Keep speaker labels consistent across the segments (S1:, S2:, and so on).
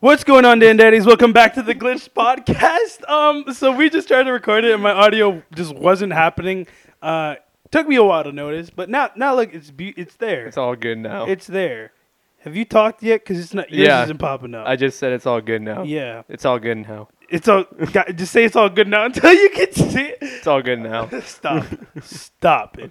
S1: What's going on, Dan Daddies? Welcome back to the Glitch Podcast. Um, so we just tried to record it, and my audio just wasn't happening. Uh, took me a while to notice, but now, now look, it's be- it's there.
S2: It's all good now.
S1: It's there. Have you talked yet? Because it's not yours
S2: Yeah.
S1: isn't popping up.
S2: I just said it's all good now.
S1: yeah,
S2: It's all good now.
S1: it's all. God, just say it's all good now until you can see it.
S2: It's all good now.
S1: Stop, stop it,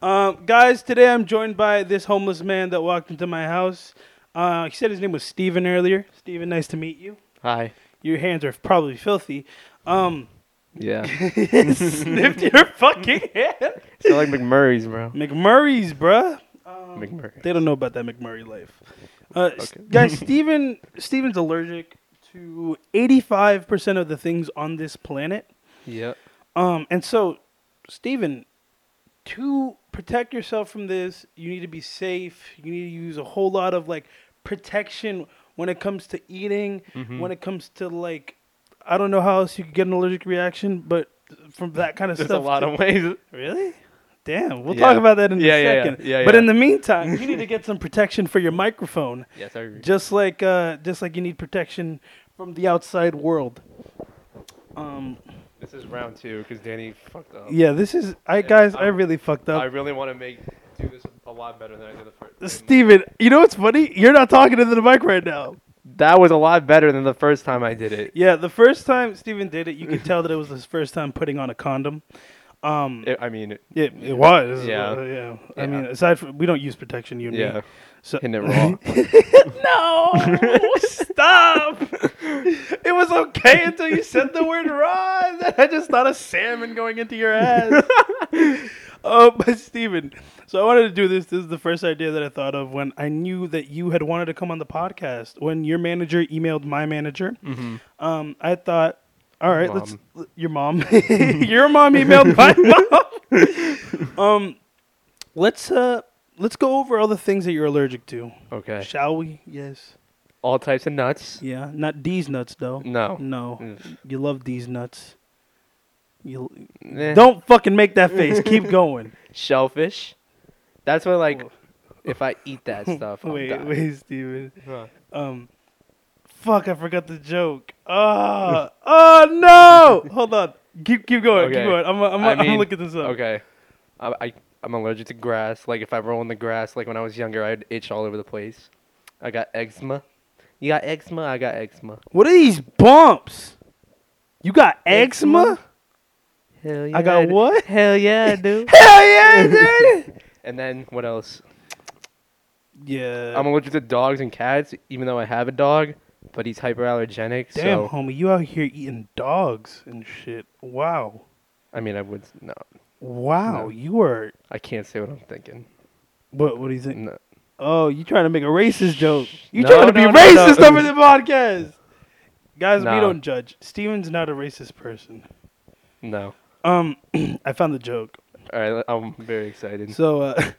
S1: um, guys. Today I'm joined by this homeless man that walked into my house. Uh, he said his name was Steven earlier. Steven, nice to meet you.
S2: Hi.
S1: Your hands are probably filthy. Um,
S2: Yeah.
S1: sniffed your fucking hand.
S2: It's like McMurray's, bro.
S1: McMurray's, bruh. Um,
S2: McMurray.
S1: They don't know about that McMurray life. Uh, s-
S2: Okay.
S1: guys, Steven, Steven's allergic to 85% of the things on this planet.
S2: Yep.
S1: Um, and so, Steven, to protect yourself from this, you need to be safe. You need to use a whole lot of like protection when it comes to eating,
S2: Mm-hmm. Hmm.
S1: when it comes to like, I don't know how else you could get an allergic reaction, but from that kind of
S2: There's a
S1: stuff.
S2: lot
S1: to-
S2: of ways.
S1: Really? Damn, we'll
S2: Yeah.
S1: talk about that in
S2: Yeah,
S1: a
S2: yeah, yeah.
S1: second.
S2: Yeah,
S1: But
S2: yeah.
S1: in the meantime, you need to get some protection for your microphone,
S2: Yes, I agree.
S1: just like uh, just like you need protection from the outside world. Um,
S2: This is round two because Danny fucked up.
S1: yeah, this is I guys, I really fucked
S2: I
S1: up. Uh,
S2: really want to make do this a lot better than I did the first.
S1: Steven, you know what's funny? You're not talking into the mic right now.
S2: That was a lot better than the first time I did it.
S1: Yeah, the first time Steven did it, you could tell that it was his first time putting on a condom. Um,
S2: It- I mean,
S1: it, it was.
S2: Yeah.
S1: uh, yeah. I
S2: Yeah.
S1: mean, aside from we don't use protection, you and me.
S2: yeah,
S1: So
S2: hitting it raw.
S1: No, stop. It was okay until you said the word raw. and then I just thought of salmon going into your ass. Oh, but Steven, so I wanted to do this. This is the first idea that I thought of when I knew that you had wanted to come on the podcast. When your manager emailed my manager, um, I thought, all right, let's. Your mom, your mom emailed my mom. um, let's uh, let's go over all the things that you're allergic to.
S2: okay.
S1: Shall we? Yes.
S2: All types of nuts.
S1: Yeah. Not these nuts, though.
S2: No.
S1: No.
S2: Mm.
S1: You love these nuts. You
S2: Nah.
S1: don't fucking make that face. Keep going.
S2: Shellfish. That's what like. If I eat that stuff, I'll
S1: wait,
S2: die.
S1: wait, Steven.
S2: Huh.
S1: Um, fuck, I forgot the joke. Ah, oh no! Hold on. Keep keep going.
S2: Okay.
S1: Keep going. I'm i I'm i
S2: I
S1: am gonna
S2: mean,
S1: look at this up.
S2: Okay. I, I I'm allergic to grass. Like if I roll in the grass, like when I was younger, I'd itch all over the place. I got eczema. You got eczema. I got eczema.
S1: What are these bumps? You got eczema?
S2: Hell yeah.
S1: I got
S2: do.
S1: what?
S2: Hell yeah, I do.
S1: Hell yeah, dude!
S2: and then what else?
S1: yeah.
S2: I'm allergic to dogs and cats, even though I have a dog, but he's hyperallergenic.
S1: Damn,
S2: So
S1: homie, you out here eating dogs and shit. Wow.
S2: I mean, I would no.
S1: Wow,
S2: No.
S1: you are.
S2: I can't say what I'm thinking.
S1: What? What do you think?
S2: No.
S1: Oh, you trying to make a racist joke? You
S2: No,
S1: trying to
S2: no,
S1: be
S2: no, no.
S1: racist over the podcast? Guys, we
S2: No.
S1: don't judge. Steven's not a racist person.
S2: No.
S1: Um, I found the joke.
S2: All right. I'm very excited.
S1: So, uh,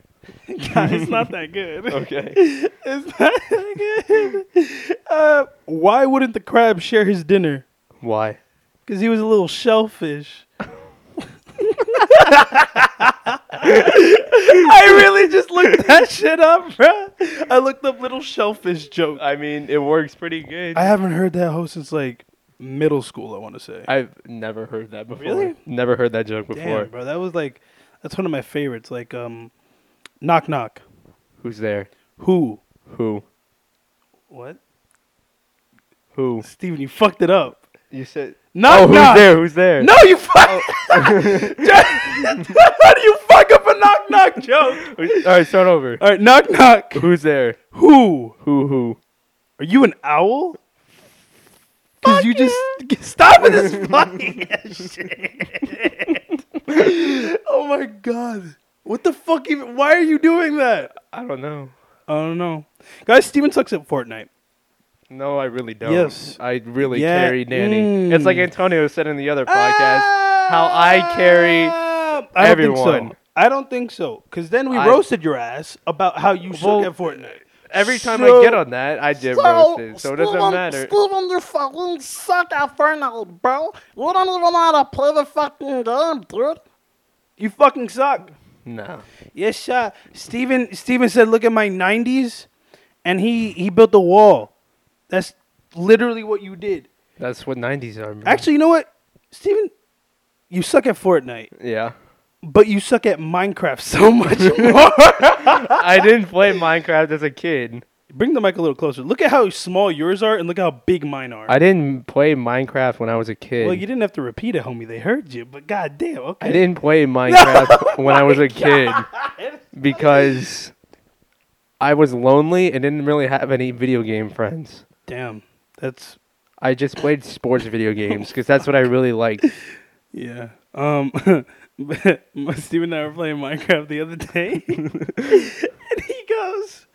S1: God, it's not that good.
S2: okay.
S1: It's not that good. Uh, why wouldn't the crab share his dinner?
S2: Why?
S1: Because he was a little shellfish. I really just looked that shit up, bro. I looked up little shellfish joke.
S2: I mean, it works pretty good.
S1: I haven't heard that hoe since like middle school. I want to say.
S2: I've never heard that before.
S1: Really?
S2: Never heard that joke
S1: Damn,
S2: before.
S1: bro, that was like that's one of my favorites. Like, um, knock knock.
S2: Who's there?
S1: Who?
S2: Who?
S1: What?
S2: Who?
S1: Steven, you fucked it up.
S2: You said.
S1: Knock
S2: oh, who's
S1: knock.
S2: there? Who's there?
S1: No, you fuck. How do you fuck up a knock knock joke?
S2: All right, start over.
S1: All right, knock knock.
S2: Who's there?
S1: Who?
S2: Who? Who?
S1: Are you an owl? Cause you just stop with this funny ass shit. oh my god! What the fuck? Even why are you doing that?
S2: I don't know.
S1: I don't know, guys. Steven sucks at Fortnite.
S2: No, I really don't.
S1: Yes.
S2: I really
S1: Yeah,
S2: carry Danny.
S1: mm.
S2: It's like Antonio said in the other podcast. how I carry
S1: I Don't think so.
S2: everyone.
S1: I don't think so. Cause then we
S2: I-
S1: roasted your ass about how you
S2: Well,
S1: suck at Fortnite.
S2: Every time
S1: So-
S2: I get on that, I get roasted. So it doesn't
S3: Steven,
S2: matter.
S3: Steven, you fucking suck at Fortnite, bro. You don't even know how to play the fucking game, dude.
S1: You fucking suck.
S2: No.
S1: Yes, sir. Steven, Steven said, look at my 90s, and he, he built a wall. That's literally what you did.
S2: That's what 90s are. bro.
S1: Actually, you know what? Steven, you suck at Fortnite,
S2: Yeah.
S1: but you suck at Minecraft so much more.
S2: I didn't play Minecraft as a kid.
S1: Bring the mic a little closer. Look at how small yours are, and look how big mine are.
S2: I didn't play Minecraft when I was a kid.
S1: well, you didn't have to repeat it, homie. They heard you, but goddamn, okay.
S2: I didn't play Minecraft when I was a kid because I was lonely and didn't really have any video game friends.
S1: Damn, that's
S2: I just played sports video games because that's what I really liked.
S1: Yeah. Um, my Steve and I were playing Minecraft the other day, and he goes,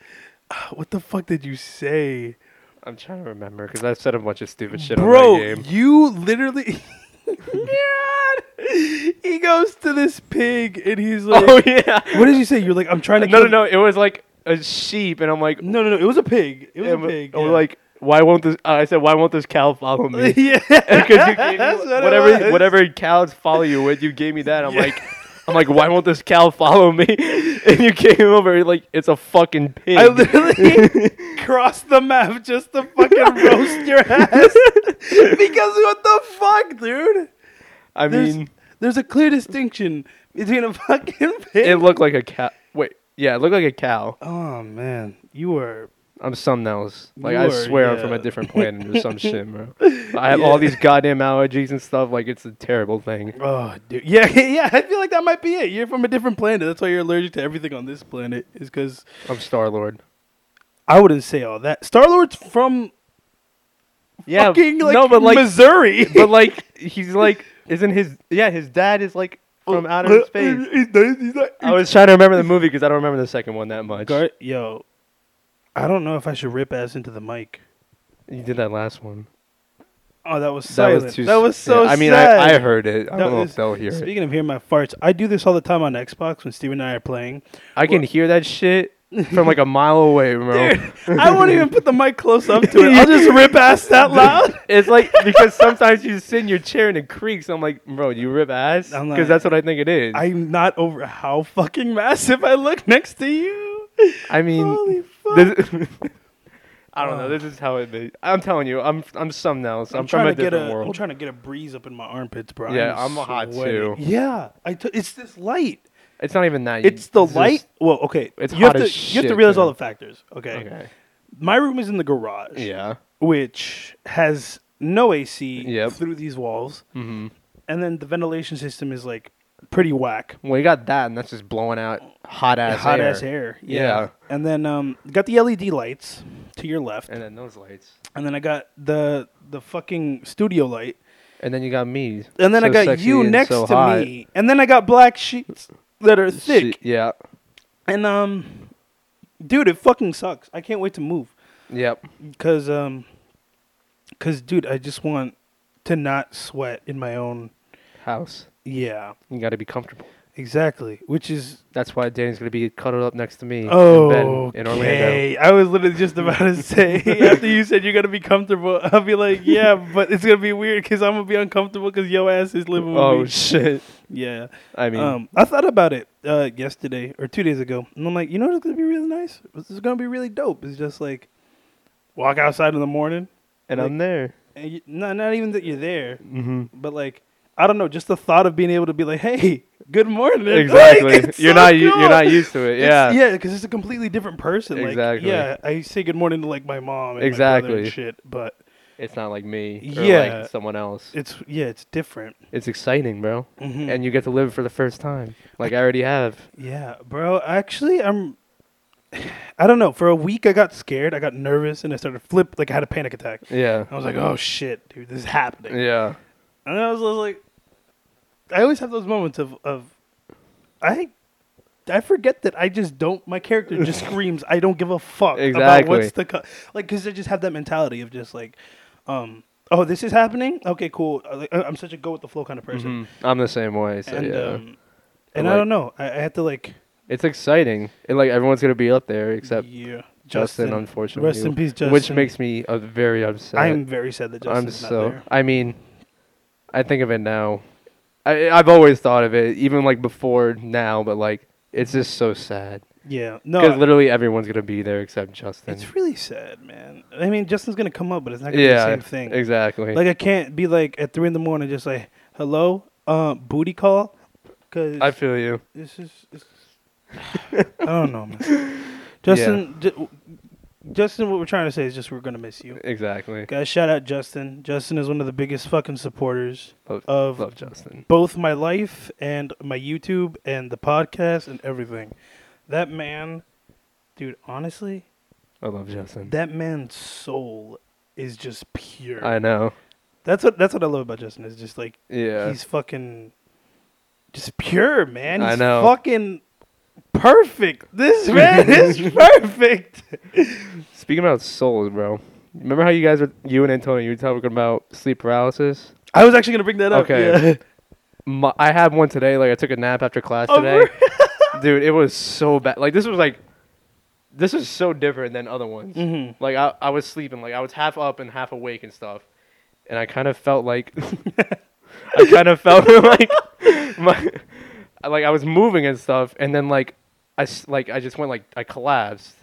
S1: "Ah, "What the fuck did you say,
S2: I'm trying to remember because I said a bunch of stupid shit
S1: bro?
S2: on that game.
S1: You literally." God. He goes to this pig and he's like,
S2: Oh yeah.
S1: "What did you say?" You're like, "I'm trying to."
S2: No, no,
S1: kill-"
S2: no. It was like a sheep, and I'm like,
S1: no, no, no. It was a pig. It was
S2: I'm
S1: a pig. yeah.
S2: like, why won't this? uh," I said, why won't this cow follow me?
S1: yeah,
S2: because you gave me
S1: That's what it
S2: whatever
S1: was.
S2: whatever cows follow you with, you gave me that. I'm
S1: Yeah.
S2: like, I'm like, why won't this cow follow me? And you came over you're like it's a fucking pig.
S1: I literally crossed the map just to fucking roast your ass because what the fuck, dude?
S2: I
S1: There's,
S2: mean,
S1: there's a clear distinction between a fucking pig.
S2: it looked like a cow. Wait, yeah, it looked like a cow.
S1: oh man, you were
S2: I'm something else. Like
S1: You
S2: I
S1: are,
S2: swear I'm from a
S1: yeah.
S2: different planet or some shit, bro. I have all these goddamn allergies and stuff. Like it's a terrible thing.
S1: oh dude, yeah, yeah. I feel like that might be it. You're from a different planet. That's why you're allergic to everything on this planet. Is because
S2: I'm Star Lord.
S1: I wouldn't say all that. Star Lord's from
S2: Yeah,
S1: fucking like,
S2: no, but like,
S1: Missouri.
S2: but like, he's like, isn't his? Yeah, his dad is like
S1: Oh,
S2: from outer space.
S1: He's not- he's not-
S2: I was trying to remember the movie because I don't remember the second one that much.
S1: Gar- yo, I don't know if I should rip ass into the mic.
S2: you did that last one.
S1: Oh, that was
S2: That
S1: silent.
S2: was too.
S1: That was so.
S2: yeah, I mean,
S1: sad.
S2: I, I heard it. I
S1: That
S2: don't know
S1: was-
S2: if they'll hear it.
S1: Speaking of hearing my farts, I do this all the time on Xbox when Steven and I are playing.
S2: I can hear that shit from like a mile away, bro.
S1: Dude, I won't even put the mic close up to it. I'll just rip ass that loud.
S2: It's like because sometimes you sit in your chair and it creaks. I'm like, bro, you rip ass
S1: I'm
S2: because
S1: like-
S2: that's what I think it is. I,
S1: I'm not over how fucking massive I look next to you. Holy
S2: mean,
S1: fuck.
S2: this, I don't know.
S1: Oh.
S2: This is how it be. I'm telling you, I'm I'm something else. I'm, from
S1: trying to
S2: a
S1: get
S2: different
S1: a, I'm
S2: world.
S1: trying to get a breeze up in my armpits, bro.
S2: Yeah, I'm hot, too.
S1: Yeah, I t- it's this light.
S2: it's not even that. you-
S1: It's the
S2: just-
S1: light. Well, okay.
S2: It's
S1: you have
S2: hot
S1: to
S2: as
S1: you have to
S2: shit,
S1: realize
S2: bro.
S1: all the factors. Okay.
S2: Okay.
S1: My room is in the garage,
S2: Yeah.
S1: which has no AC
S2: Yep.
S1: through these walls,
S2: Mm-hmm.
S1: and then the ventilation system is like pretty whack.
S2: Well, you got that, and that's just blowing out hot ass
S1: hot
S2: air.
S1: ass hair. Yeah.
S2: Yeah.
S1: And then um, got the LED lights to your left,
S2: And then those lights.
S1: and then I got the the fucking studio light,
S2: And then you got me.
S1: and then I
S2: so
S1: got
S2: sexy
S1: you
S2: and
S1: next
S2: so
S1: to
S2: hot.
S1: me, and then I got black sheets that are thick,
S2: Shit, yeah.
S1: and um, dude, it fucking sucks. I can't wait to move,
S2: Yep.
S1: cause um, cause dude, I just want to not sweat in my own.
S2: House.
S1: Yeah,
S2: You got to be comfortable.
S1: exactly. Which is
S2: That's why Danny's gonna be cuddled up next to me. in bed
S1: Oh,
S2: Mm, in Orlando.
S1: I was literally just about to say after you said you're gonna be comfortable, I'll be like, yeah, but it's gonna be weird because I'm gonna be uncomfortable because your ass is living with
S2: Oh
S1: me.
S2: shit.
S1: yeah.
S2: I mean,
S1: um, I thought about it uh, yesterday or two days ago, and I'm like, you know what's gonna be really nice? This is gonna be really dope. It's just like walk outside in the morning,
S2: and
S1: like-
S2: I'm there.
S1: and you, not not even that you're there,
S2: Mm-hmm.
S1: but like. I don't know. Just the thought of being able to be like, "Hey, good morning." Like,
S2: Exactly.
S1: it's
S2: you're
S1: so
S2: not u-
S1: cool.
S2: you're not used to it. Yeah.
S1: It's, yeah, because it's a completely different person. Like,
S2: Exactly.
S1: Yeah, I say good morning to like my mom. And My brother
S2: Exactly.
S1: and shit, but
S2: It's not like me. Or
S1: Yeah.
S2: Like someone else.
S1: it's yeah, it's different.
S2: It's exciting, bro.
S1: Mhm.
S2: And you get to live for the first time. Like I already have.
S1: yeah, bro. Actually, I'm. I don't know. For a week, I got scared. I got nervous, and I started flip. Like I had a panic attack.
S2: Yeah.
S1: I was like, "Oh shit, dude, this is happening."
S2: Yeah.
S1: And I was, I was like, I always have those moments of of, I. I forget that I just don't. My character just screams, "I don't give a fuck about
S2: Exactly.
S1: what's to come." Like, because I just have that mentality of just like, um, "Oh, this is happening. Okay, cool." Uh, Like, I- I'm such a go with the flow kind of person,
S2: Mhm. I'm the same way. So
S1: and
S2: yeah.
S1: um, and I
S2: like-
S1: don't know. I, I have to like,
S2: It's exciting. And like everyone's gonna be up there except
S1: yeah,
S2: Justin,
S1: Justin.
S2: unfortunately.
S1: rest in peace, Justin.
S2: Which makes me uh, very upset.
S1: I'm very sad that
S2: I'm
S1: Justin's not
S2: so.
S1: there.
S2: I mean, I think of it now. I I've always thought of it, even like before now. But like, It's just so sad
S1: Yeah. No.
S2: because
S1: I-
S2: literally everyone's gonna be there except Justin.
S1: It's really sad, man. I mean, Justin's gonna come up, but it's not gonna
S2: yeah,
S1: be the same thing.
S2: exactly.
S1: Like I can't be like at three in the morning, just like hello, uh, booty call, because
S2: I feel you.
S1: this is. It's, I don't know, man. Justin, Ju- Justin, what we're trying to say is just we're gonna miss you.
S2: Exactly.
S1: Guys, shout out Justin. Justin is one of the biggest fucking supporters
S2: Love,
S1: of
S2: love Justin.
S1: both my life and my YouTube and the podcast and everything. That man, dude, honestly,
S2: I love Justin.
S1: that man's soul is just pure.
S2: I know.
S1: that's what that's what I love about Justin is just like
S2: Yeah.
S1: he's fucking just pure, man.
S2: I
S1: He's
S2: know.
S1: fucking perfect. This man is perfect.
S2: Speaking about souls, bro. Remember how you guys were, you and Antonio, you were talking about sleep paralysis?
S1: I was actually gonna bring that up.
S2: Okay.
S1: yeah.
S2: My, I had one today. Like I took a nap after class
S1: Oh,
S2: today, dude. It was so bad. Like this was like, this is so different than other ones.
S1: Mhm.
S2: Like I, I was sleeping. Like I was half up and half awake and stuff, and I kind of felt like, I kind of felt like, my, like I was moving and stuff, and then like, I s- like I just went like I collapsed.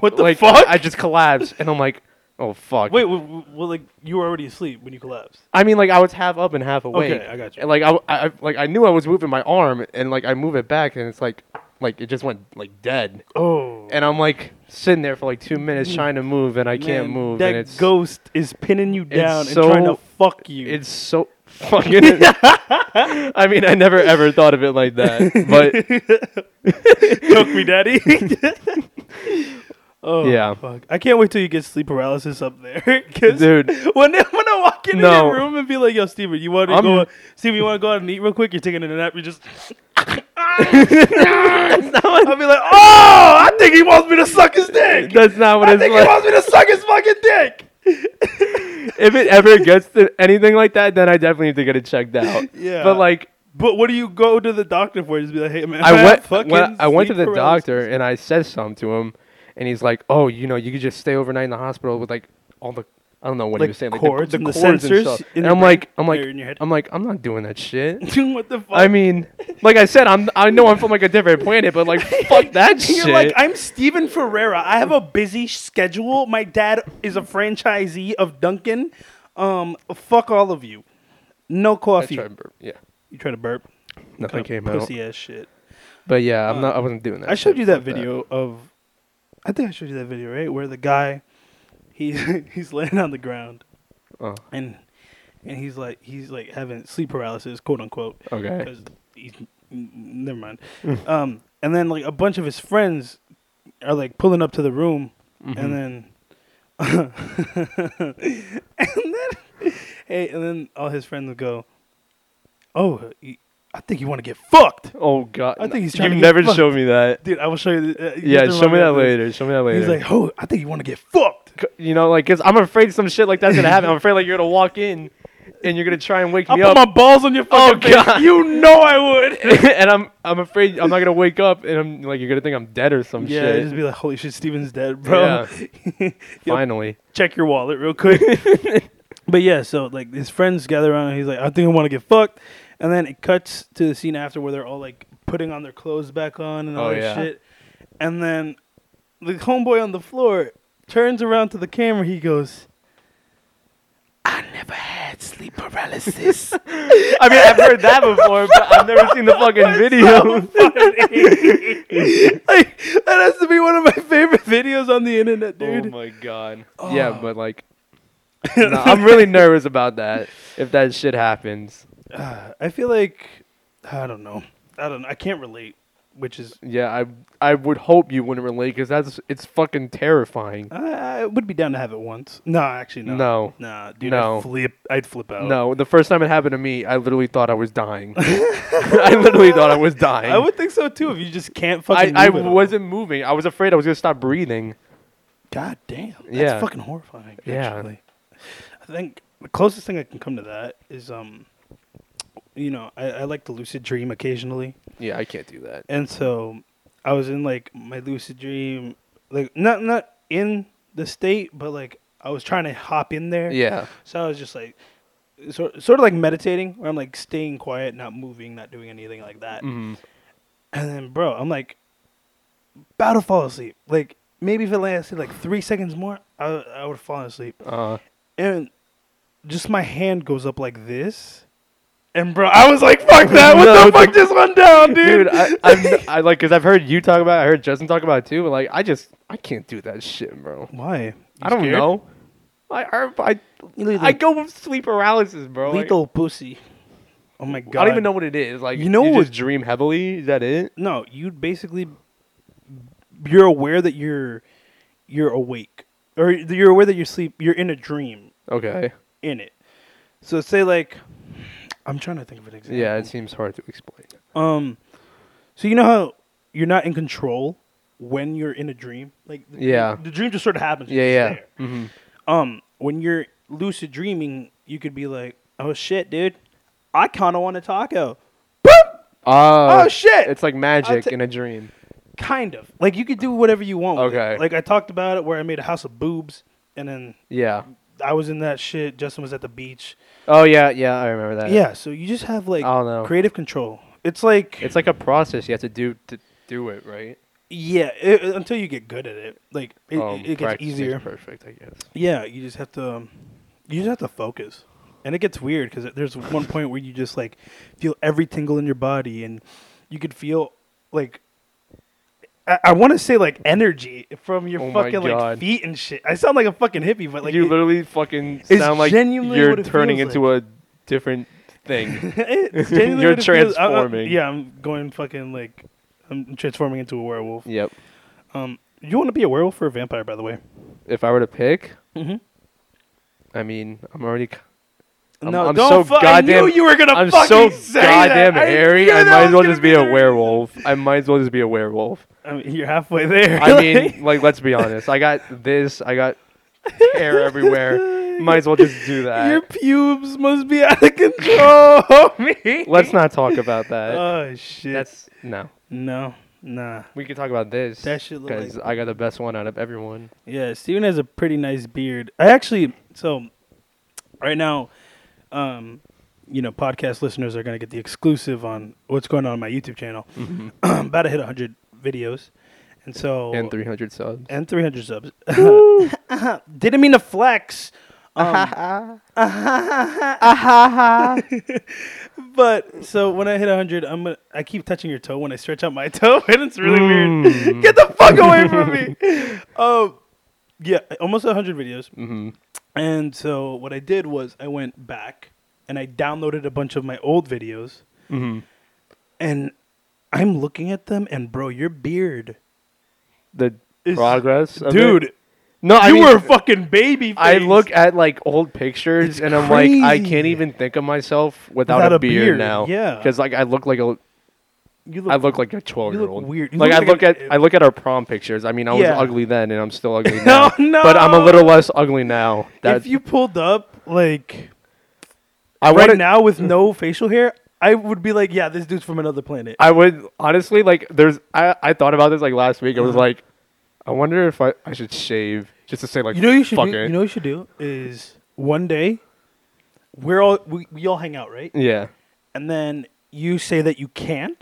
S1: what the
S2: like
S1: fuck?
S2: I just collapsed, and I'm like, oh fuck.
S1: Wait, w- w- well, like you were already asleep when you collapsed.
S2: I mean, like I was half up and half awake.
S1: Okay, I got you.
S2: And, like I, I, I- like I knew I was moving my arm, and like I move it back, and it's like, like it just went like dead.
S1: Oh,
S2: And I'm like sitting there for like two minutes trying to move, and I can't
S1: Man,
S2: move.
S1: That
S2: and it's
S1: ghost is pinning you down and
S2: so-
S1: trying to fuck you.
S2: It's so fucking. I mean, I never ever thought of it like that, but
S1: choke me, daddy. oh
S2: Yeah.
S1: fuck! I can't wait till you get sleep paralysis up there, 'Cause
S2: Dude.
S1: When I- when I walk into
S2: No.
S1: your room and be like, "Yo, Steven, you want to
S2: I'm-
S1: go? Steven, you want to go out and eat real quick? You're taking a nap. You just." I'll be like, "Oh, I think he wants me to suck his dick.
S2: that's not what
S1: I
S2: it's
S1: think
S2: like.
S1: he wants me to suck his fucking dick."
S2: If it ever gets to anything like that, then I definitely need to get it checked out.
S1: Yeah.
S2: But like,
S1: But what do you go to the doctor for? Just be like, "Hey, man,
S2: I
S1: have
S2: went
S1: fucking
S2: when I went to
S1: sleep
S2: the
S1: paralysis."
S2: doctor and I said something to him, and he's like, "Oh, you know, you could just stay overnight in the hospital with like all the I don't know what
S1: Like
S2: he was saying,
S1: cords
S2: like
S1: and
S2: the,
S1: the
S2: the cords
S1: sensors
S2: and stuff."
S1: in
S2: And
S1: your
S2: I'm like, I'm
S1: Or in your
S2: like,
S1: head.
S2: I'm like, I'm not doing that shit.
S1: what the fuck?
S2: I mean, like I said, I'm I know I'm from like a different planet, but like, fuck that shit.
S1: You're like, I'm Steven Ferreira. I have a busy schedule. My dad is a franchisee of Duncan. Um, fuck all of you. No
S2: I
S1: coffee.
S2: tried, bur- yeah,
S1: You try to burp.
S2: nothing
S1: Kinda
S2: came out.
S1: Pussy ass shit.
S2: But yeah, I'm
S1: Uh,
S2: not. I wasn't doing that.
S1: I showed
S2: shit.
S1: you that
S2: Fuck
S1: video of. I think I showed you that video, right? Where the guy, he he's laying on the ground
S2: Oh,
S1: and and he's like he's like having sleep paralysis, quote unquote.
S2: okay.
S1: because he's n- never mind. um, and then like a bunch of his friends are like pulling up to the room,
S2: Mm-hmm.
S1: and then and then hey, and then all his friends would go, "Oh, y- I think you want to get fucked,
S2: Oh god.
S1: I think he's trying
S2: You've
S1: to get
S2: never
S1: fucked.
S2: showed me that.
S1: dude." I will show you. The, uh, you
S2: Yeah,
S1: have to
S2: show me that
S1: remind of
S2: later. Show me that later.
S1: this. He's like, "Oh, I think you want to get fucked."
S2: c- you know, like, cause I'm afraid some shit like that's gonna happen. I'm afraid like you're gonna walk in, and you're gonna try and wake
S1: I'll
S2: me
S1: put
S2: up, Oh,
S1: my balls on your fucking face.
S2: God.
S1: You know I would.
S2: and I'm I'm afraid I'm not gonna wake up, and I'm like you're gonna think I'm dead or some
S1: Yeah,
S2: shit.
S1: just be like, holy shit, Steven's dead, bro. Yo,
S2: Finally,
S1: check your wallet real quick. but yeah, so like his friends gather around and he's like, I think I want to get fucked. And then it cuts to the scene after where they're all like putting on their clothes back on and all
S2: Oh,
S1: that
S2: yeah.
S1: shit. And then the homeboy on the floor turns around to the camera. He goes, I never had sleep paralysis.
S2: I mean I've heard that before, but I've never seen the fucking video.
S1: like, that has to be one of my favorite videos on the internet,
S2: oh
S1: dude. Oh.
S2: my god. Yeah, but like, nah, I'm really nervous about that. If that shit happens,
S1: Uh, I feel like I don't know. I don't. know. I can't relate, which is
S2: yeah, I I would hope you wouldn't relate, cause that's it's fucking terrifying.
S1: I, I would be down to have it once. No, actually, no.
S2: No.
S1: Nah, dude,
S2: No.
S1: I'd flip. I'd flip out.
S2: No, the first time it happened to me, I literally thought I was dying. I literally thought I was dying.
S1: I would think so too. If you just can't
S2: I,
S1: fucking.
S2: I
S1: move at all.
S2: wasn't moving. I was afraid I was gonna stop breathing.
S1: God damn. That's
S2: Yeah.
S1: fucking horrifying.
S2: Yeah.
S1: Actually. I think the closest thing I can come to that is um, you know, I, I like to lucid dream occasionally.
S2: Yeah, I can't do that.
S1: and so I was in like my lucid dream, like not not in the state, but like I was trying to hop in there.
S2: Yeah,
S1: So I was just like,
S2: Mm. Mm-hmm.
S1: sort sort of like meditating, where I'm like staying quiet, not moving, not doing anything like that. And then, bro, I'm like, about to fall asleep. Like, maybe if it lasted like three seconds more, I, I would have fallen asleep.
S2: Uh,
S1: And just my hand goes up like this. And, bro, I was like, fuck that. What
S2: No,
S1: the fuck
S2: dude.
S1: just went down, dude?
S2: dude, I, I've, I like because I've heard you talk about. it. I heard Justin talk about it too. But like, I just I can't do that shit, bro.
S1: Why? You
S2: I don't
S1: scared?
S2: know. I I I, I go with sleep paralysis, bro. Like,
S1: Lethal pussy. Oh my god.
S2: I don't even know what it is. Like,
S1: You know
S2: you
S1: what-
S2: just dream heavily. Is that it?
S1: No, you basically you're aware that you're you're awake or you're aware that you're sleep. You're in a dream
S2: Okay.
S1: in it. So say like I'm trying to think of an example.
S2: Yeah, it seems hard to explain.
S1: Um. So you know how you're not in control when you're in a dream. Like the,
S2: Yeah.
S1: the dream just sort of happens. You're
S2: Yeah, yeah. Mm-hmm.
S1: just there. Um. When you're lucid dreaming, you could be like, "Oh shit, dude, I kind of want a taco."
S2: Oh,
S1: oh shit!
S2: It's like magic
S1: ta-
S2: in a dream.
S1: Kind of. Like you could do whatever you want. with it.
S2: Okay.
S1: Like I talked about it where I made a house of boobs and then
S2: Yeah.
S1: I was in that shit. Justin was at the beach.
S2: Oh yeah, yeah. I remember that.
S1: yeah, so you just have like
S2: I don't know.
S1: creative control. It's like
S2: It's like a process you have to do to do it, right?
S1: yeah, it, until you get good at it. Like it,
S2: Um,
S1: it gets
S2: practice makes
S1: easier.
S2: Perfect, I guess.
S1: Yeah, you just have to um, you just have to focus. And it gets weird cuz there's one point where you just like feel every tingle in your body and you could feel like I, I want to say like energy from your
S2: Oh my
S1: fucking like
S2: God.
S1: feet and shit. I sound like a fucking hippie, but like
S2: you
S1: it-
S2: literally fucking
S1: it's
S2: sound like
S1: genuinely
S2: you're
S1: what it
S2: turning
S1: feels
S2: into a different thing.
S1: It's genuinely
S2: You're
S1: what it feels- I- I-
S2: transforming.
S1: yeah, I'm going fucking like I'm transforming into a werewolf.
S2: yep.
S1: Um, you want to be a werewolf or a vampire, by the way?
S2: If I were to pick,
S1: Mhm.
S2: I mean, I'm already. c- I'm-
S1: No,
S2: I'm
S1: don't.
S2: so
S1: fu- I knew
S2: goddamn-
S1: you were gonna
S2: I'm so
S1: fucking say that.
S2: goddamn
S1: I
S2: hairy.
S1: knew
S2: I
S1: that
S2: might as
S1: was
S2: well
S1: gonna
S2: just be a
S1: the reason.
S2: werewolf. I might as well just be a werewolf.
S1: I mean, you're halfway there.
S2: I mean, like, let's be honest. I got this. I got hair everywhere. Might as well just do that.
S1: your pubes must be out of control. Oh, me.
S2: Let's not talk about that.
S1: Oh shit.
S2: That's no.
S1: no, nah.
S2: We can talk about this.
S1: That shit look
S2: because I got the best one out of everyone.
S1: Yeah, Steven has a pretty nice beard. I actually so right now, um, you know, podcast listeners are gonna get the exclusive on what's going on on my YouTube channel. I'm about to hit 100 videos, and so
S2: And 300 subs.
S1: and 300 subs. Didn't mean to flex. Um, but so when I hit 100, I'm gonna, I keep touching your toe when I stretch out my toe, and it's really weird.
S2: Mm.
S1: Get the fuck away from me. Um, yeah, almost 100 videos.
S2: hmm
S1: And so what I did was I went back and I downloaded a bunch of my old videos,
S2: hmm
S1: and I'm looking at them, and bro, your beard,
S2: The
S1: It's-
S2: progress, of it?
S1: dude.
S2: No, I
S1: you
S2: mean,
S1: were a fucking baby.
S2: I
S1: face.
S2: look at like old pictures
S1: It's
S2: and I'm like, I
S1: crazy.
S2: can't even think of myself without,
S1: Without
S2: a,
S1: a
S2: beard,
S1: beard,
S2: now.
S1: yeah.
S2: because like I look like a,
S1: You
S2: I look like a 12 year old.
S1: weird. You
S2: Like,
S1: look
S2: I
S1: like
S2: look
S1: an-
S2: at, I look at our prom pictures. I mean, I was
S1: Yeah.
S2: ugly then and I'm still ugly
S1: No,
S2: now.
S1: no.
S2: But I'm a little less ugly now. That
S1: if you pulled up like
S2: I
S1: right
S2: wouldn't-
S1: now with no facial hair, I would be like, yeah, this dude's from another planet.
S2: I would honestly like. There's I I thought about this like last week. I
S1: Uh-huh.
S2: was like, I wonder if I, I should shave just to say like
S1: you know what you should
S2: fuck
S1: do,
S2: it.
S1: you know what you should do is one day we're all we, we all hang out, right?
S2: yeah,
S1: And then you say that you can't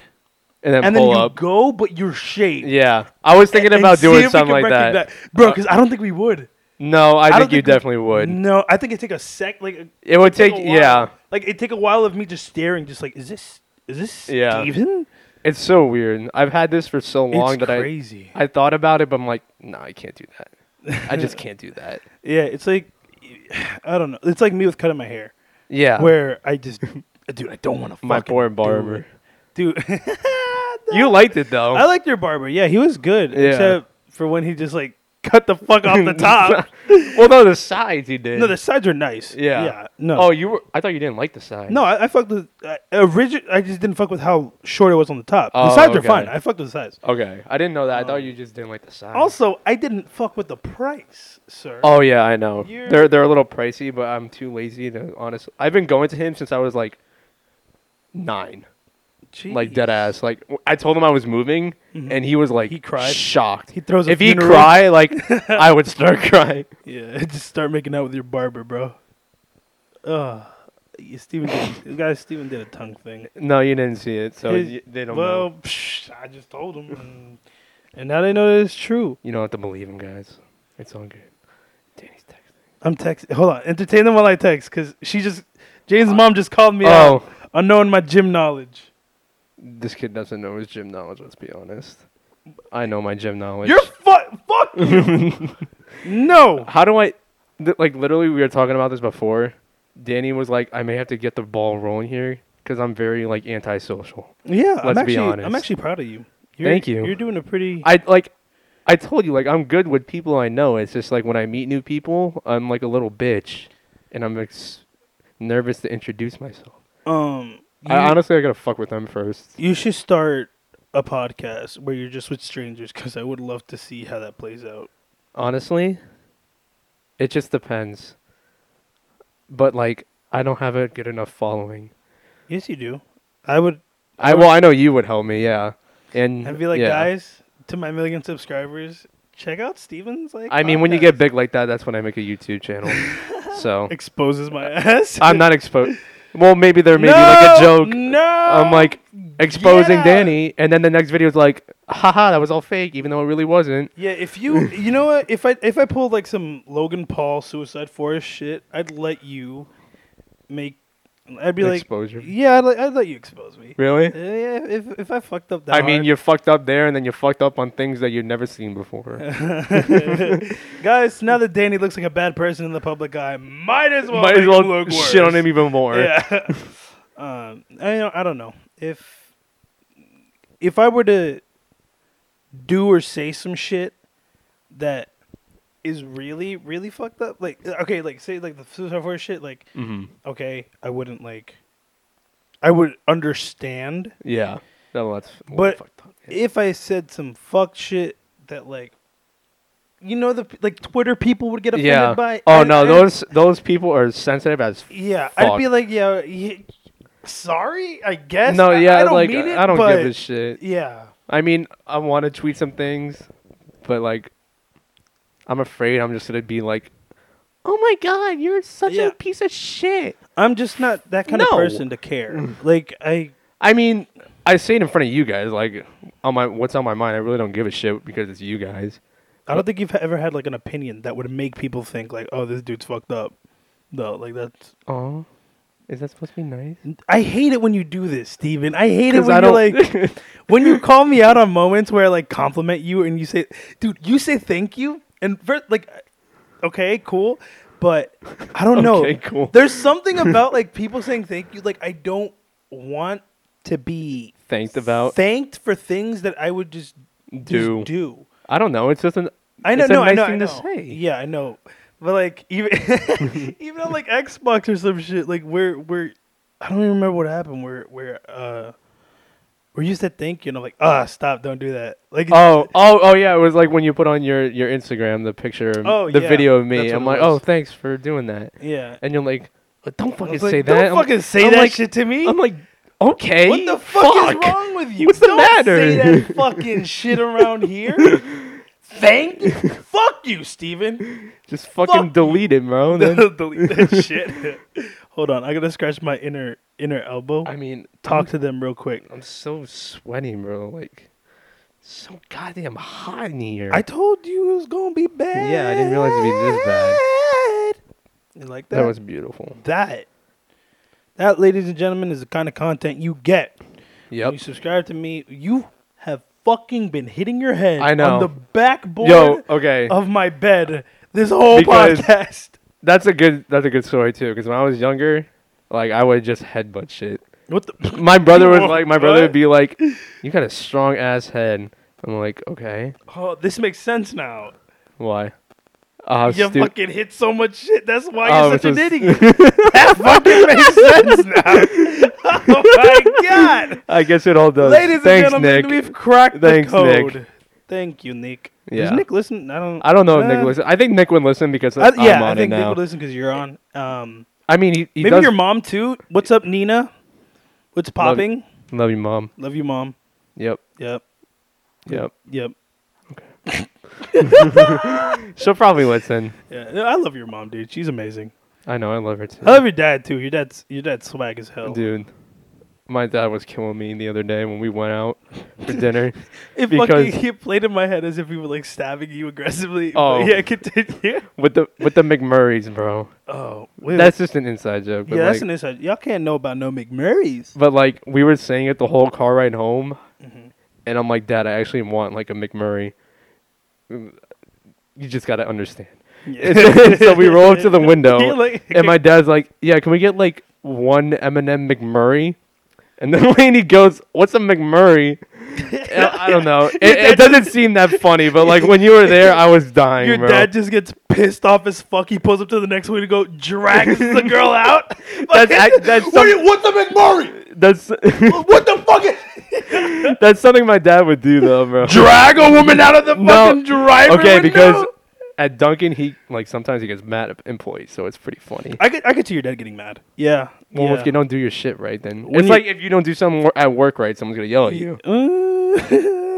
S2: and then
S1: and then
S2: pull
S1: you
S2: up.
S1: go but you're shaved.
S2: yeah, I was thinking
S1: And
S2: about
S1: see if
S2: doing
S1: we
S2: something
S1: can
S2: like that. Uh,
S1: recognize- Bro, cuz I don't think we would.
S2: No, I,
S1: don't
S2: think you
S1: we-
S2: definitely would.
S1: No, I think it take a sec like it'd
S2: it would
S1: take
S2: take
S1: a while.
S2: yeah.
S1: Like it take a while of me just staring just like is this is this
S2: Yeah.
S1: Steven?
S2: It's so weird. I've had this for so long
S1: it's
S2: that
S1: crazy.
S2: I I thought about it, but I'm like, no, I can't do that. I just can't do that.
S1: Yeah, it's like I don't know. It's like me with cutting my hair,
S2: Yeah,
S1: where I just, dude, I don't want to.
S2: my poor barber.
S1: dude.
S2: You liked it though.
S1: I liked your barber. Yeah, he was good,
S2: Yeah.
S1: except for when he just like cut the fuck off the top.
S2: well, no, the sides you did.
S1: no, the sides are nice.
S2: yeah.
S1: yeah, no.
S2: Oh, you were. I thought you didn't like the sides.
S1: no, I, I fucked with I, origi- I just didn't fuck with how short it was on the top. the
S2: Oh,
S1: sides are
S2: okay.
S1: fine. I fucked with the sides.
S2: Okay, I didn't know that. I thought you just didn't like the size.
S1: Also, I didn't fuck with the price, sir.
S2: oh yeah, I know.
S1: You're-
S2: They're they're a little pricey, but I'm too lazy to honestly. I've been going to him since I was like nine, like dead ass. Like w- I told him I was moving, and he was like
S1: Mm-hmm. He cried.
S2: shocked.
S1: He throws a
S2: if he
S1: funeral.
S2: cry, like I would start crying.
S1: Yeah, just start making out with your barber, bro. Ugh. yeah, Steven did, this guy Steven did a tongue thing.
S2: No, you didn't see it, so
S1: His-
S2: y they don't
S1: well,
S2: know.
S1: psh, I just told him, and, and now they know that it's true.
S2: You don't have to believe him, guys. It's all good. Danny's texting.
S1: I'm texting. Hold on, entertain them while I text, cause she just Jane's mom just called me out
S2: Uh, Oh,
S1: on knowing my gym knowledge.
S2: this kid doesn't know his gym knowledge. Let's be honest. I know my gym knowledge.
S1: You're fu- fuck you. no.
S2: How do I? Th- like literally, we were talking about this before. Danny was like, "I may have to get the ball rolling here because I'm very like antisocial."
S1: Yeah, I'm
S2: Let's
S1: actually
S2: be
S1: I'm
S2: honest.
S1: actually proud of you. You're,
S2: Thank you.
S1: You're doing a pretty.
S2: I like I told you like I'm good with people I know. It's just like when I meet new people, I'm like a little bitch and I'm ex- nervous to introduce myself.
S1: um, you,
S2: I honestly I got to fuck with them first.
S1: you should start a podcast where you're just with strangers, cause I would love to see how that plays out.
S2: Honestly, it just depends. But like I don't have a good enough following.
S1: Yes, you do. I would.
S2: I well I know you would help me, yeah. And
S1: I'd be like,
S2: yeah.
S1: guys, to my million subscribers, check out Steven's like.
S2: I mean, when you get
S1: podcast."
S2: big like that, that's when I make a YouTube channel. so
S1: exposes my ass.
S2: I'm not exposed. Well, maybe there may be like a joke.
S1: No,
S2: I'm like exposing
S1: Yeah.
S2: Danny, and then the next video is like, haha, that was all fake, even though it really wasn't.
S1: yeah. If you, you know what? If I if I pulled like some Logan Paul Suicide Forest shit, I'd let you make. I'd be
S2: Exposure.
S1: like, yeah, I'd, let- I'd let you expose me.
S2: Really?
S1: Uh, yeah, if if I fucked up that.
S2: I mean,
S1: hard.
S2: you fucked up there, and then you fucked up on things that you've never seen before.
S1: guys. Now that Danny looks like a bad person in the public eye, might as well
S2: Might as
S1: make him
S2: well
S1: look
S2: shit on
S1: worse.
S2: him even more.
S1: Yeah. um, I don't, I don't know if if I were to do or say some shit that is really really fucked up. Like uh, okay, like say like the Suicide Force shit. Like
S2: hmm
S1: okay, I wouldn't like. I would understand
S2: Yeah. No, that's well,
S1: But-
S2: fucked up. Yeah.
S1: if I said some fuck shit that like. You know the like Twitter people would get offended
S2: Yeah.
S1: by.
S2: oh
S1: I-
S2: no,
S1: I-
S2: those those people are sensitive as. F-
S1: Yeah, I'd
S2: Fuck.
S1: be like, yeah, y- sorry, I guess.
S2: no,
S1: I-
S2: yeah,
S1: I, don't
S2: like
S1: mean it,
S2: I don't
S1: but
S2: give a shit.
S1: Yeah,
S2: I mean, I want to tweet some things, but like, I'm afraid I'm just gonna be like, "Oh my god, you're such
S1: Yeah.
S2: a piece of shit."
S1: I'm just not that kind of
S2: No.
S1: person to care. like I,
S2: I mean, I say it in front of you guys, like on my what's on my mind. I really don't give a shit because it's you guys.
S1: I don't think you've ever had like an opinion that would make people think like, oh, this dude's fucked up. No, like that's.
S2: Oh, is that supposed to be nice?
S1: I hate it when you do this, Steven. I hate it
S2: 'Cause
S1: when
S2: I
S1: you
S2: don't-
S1: like when you call me out on moments where I like compliment you and you say, "Dude, you say thank you," and ver- like, okay, cool, but I don't know.
S2: Okay, cool.
S1: There's something about like people saying thank you. Like I don't want to be
S2: Thanked about
S1: thanked for things that I would just just
S2: Oh. Do.
S1: do.
S2: I don't know. It's just an
S1: I know,
S2: It's a
S1: no, I
S2: nice
S1: know,
S2: thing
S1: I
S2: to
S1: know.
S2: say.
S1: Yeah, I know. But like even even on like Xbox or some shit, like where where I don't even remember what happened. Where where uh where you said thank you, and I'm like, ah, stop, don't do that. Like
S2: oh oh oh yeah. It was like when you put on your your Instagram the picture, of-
S1: Oh,
S2: the
S1: yeah,
S2: video of
S1: that's
S2: me.
S1: what
S2: I'm
S1: it
S2: like,
S1: was.
S2: oh, thanks for doing that.
S1: yeah.
S2: And you're like, "Oh, don't
S1: I
S2: fucking
S1: was like,
S2: say
S1: don't
S2: that. I'm-
S1: fucking say
S2: I'm
S1: that
S2: like-
S1: shit to me.
S2: I'm like, okay.
S1: what the fuck, is wrong with you?
S2: What's the
S1: Don't Say
S2: matter?
S1: that fucking shit around here. Thank you. fuck you, Steven.
S2: Just fucking
S1: Fuck.
S2: delete it, bro. Then-
S1: Delete that shit. Hold on, I gotta scratch my inner inner elbow.
S2: I mean,
S1: Talk to them real quick.
S2: I'm so sweaty, bro. Like, so goddamn hot in here.
S1: I told you it was gonna be bad.
S2: Yeah, I didn't realize it'd be this bad.
S1: You like that?
S2: that was beautiful.
S1: that. That, ladies and gentlemen, is the kind of content you get. When
S2: Yep.
S1: you subscribe to me, you have fucking been hitting your head
S2: I know.
S1: on the backboard
S2: Yo, okay.
S1: of my bed this whole
S2: Because-
S1: podcast.
S2: That's a good. That's a good story too. Because when I was younger, like I would just headbutt shit.
S1: What the?
S2: My brother would
S1: What?
S2: like. My brother would be like, "You got a strong ass head." I'm like, okay,
S1: Oh, this makes sense now.
S2: why? Uh,
S1: you
S2: stu-
S1: fucking hit so much shit. That's why
S2: Oh,
S1: you're
S2: it's
S1: such an
S2: just-
S1: idiot. that fucking makes sense now. oh my god.
S2: I guess it all does.
S1: Ladies
S2: Thanks,
S1: and gentlemen,
S2: Nick.
S1: we've cracked
S2: Thanks,
S1: the
S2: Nick.
S1: code. Thank you, Nick. Does
S2: Yeah.
S1: Nick listen? I don't.
S2: I don't know if
S1: Uh,
S2: Nick listen. I think Nick would listen because I,
S1: I, yeah,
S2: am on
S1: I think
S2: it
S1: Nick
S2: now.
S1: would listen because you're on. Um,
S2: I mean, he, he
S1: maybe
S2: does
S1: your mom too. What's up, Nina? What's popping?
S2: love you, mom.
S1: Love, you, mom.
S2: Yep,
S1: Yep.
S2: yep.
S1: Yep.
S2: She'll probably listen.
S1: Yeah, I love your mom, dude. She's amazing.
S2: I know. I love her too.
S1: I love your dad too. Your dad's your dad's swag as hell.
S2: Dude, my dad was killing me the other day when we went out for dinner.
S1: It fucking
S2: because-
S1: he played in my head as if he were like stabbing you aggressively.
S2: Oh.
S1: But yeah, continue.
S2: with the with the McMurrays, bro.
S1: Oh, wait,
S2: That's just an inside joke. But
S1: yeah, that's
S2: like,
S1: an inside. Y'all can't know about no McMurrays.
S2: but like we were saying it the whole car ride home,
S1: Mm-hmm.
S2: and I'm like, Dad, I actually want like a McMurray. You just gotta understand. so we roll up to the window,
S1: You're like-
S2: and my dad's like, "Yeah, can we get like one M&M McMurray?" And then Laney goes, "What's a McMurray?" And I don't know. It, it doesn't seem that funny, but like when you were there, I was dying.
S1: Your
S2: bro.
S1: dad just gets pissed off as fuck. He pulls up to the next way to go, drags the girl out.
S2: That's ac- that's
S4: What,
S2: some-
S4: you, what the McMurray?
S2: that's
S4: What the fucking
S2: that's something my dad would do though, bro.
S4: drag a woman out of the
S2: No.
S4: fucking driver?
S2: okay, because
S4: window?
S2: at Duncan he like sometimes he gets mad at employees, so it's pretty funny.
S1: I could, I could see your dad getting mad. Yeah.
S2: Well,
S1: yeah.
S2: if you don't do your shit right, then
S1: When
S2: it's
S1: you-
S2: like if you don't do something wor- at work right, someone's gonna yell at you.
S1: Uh,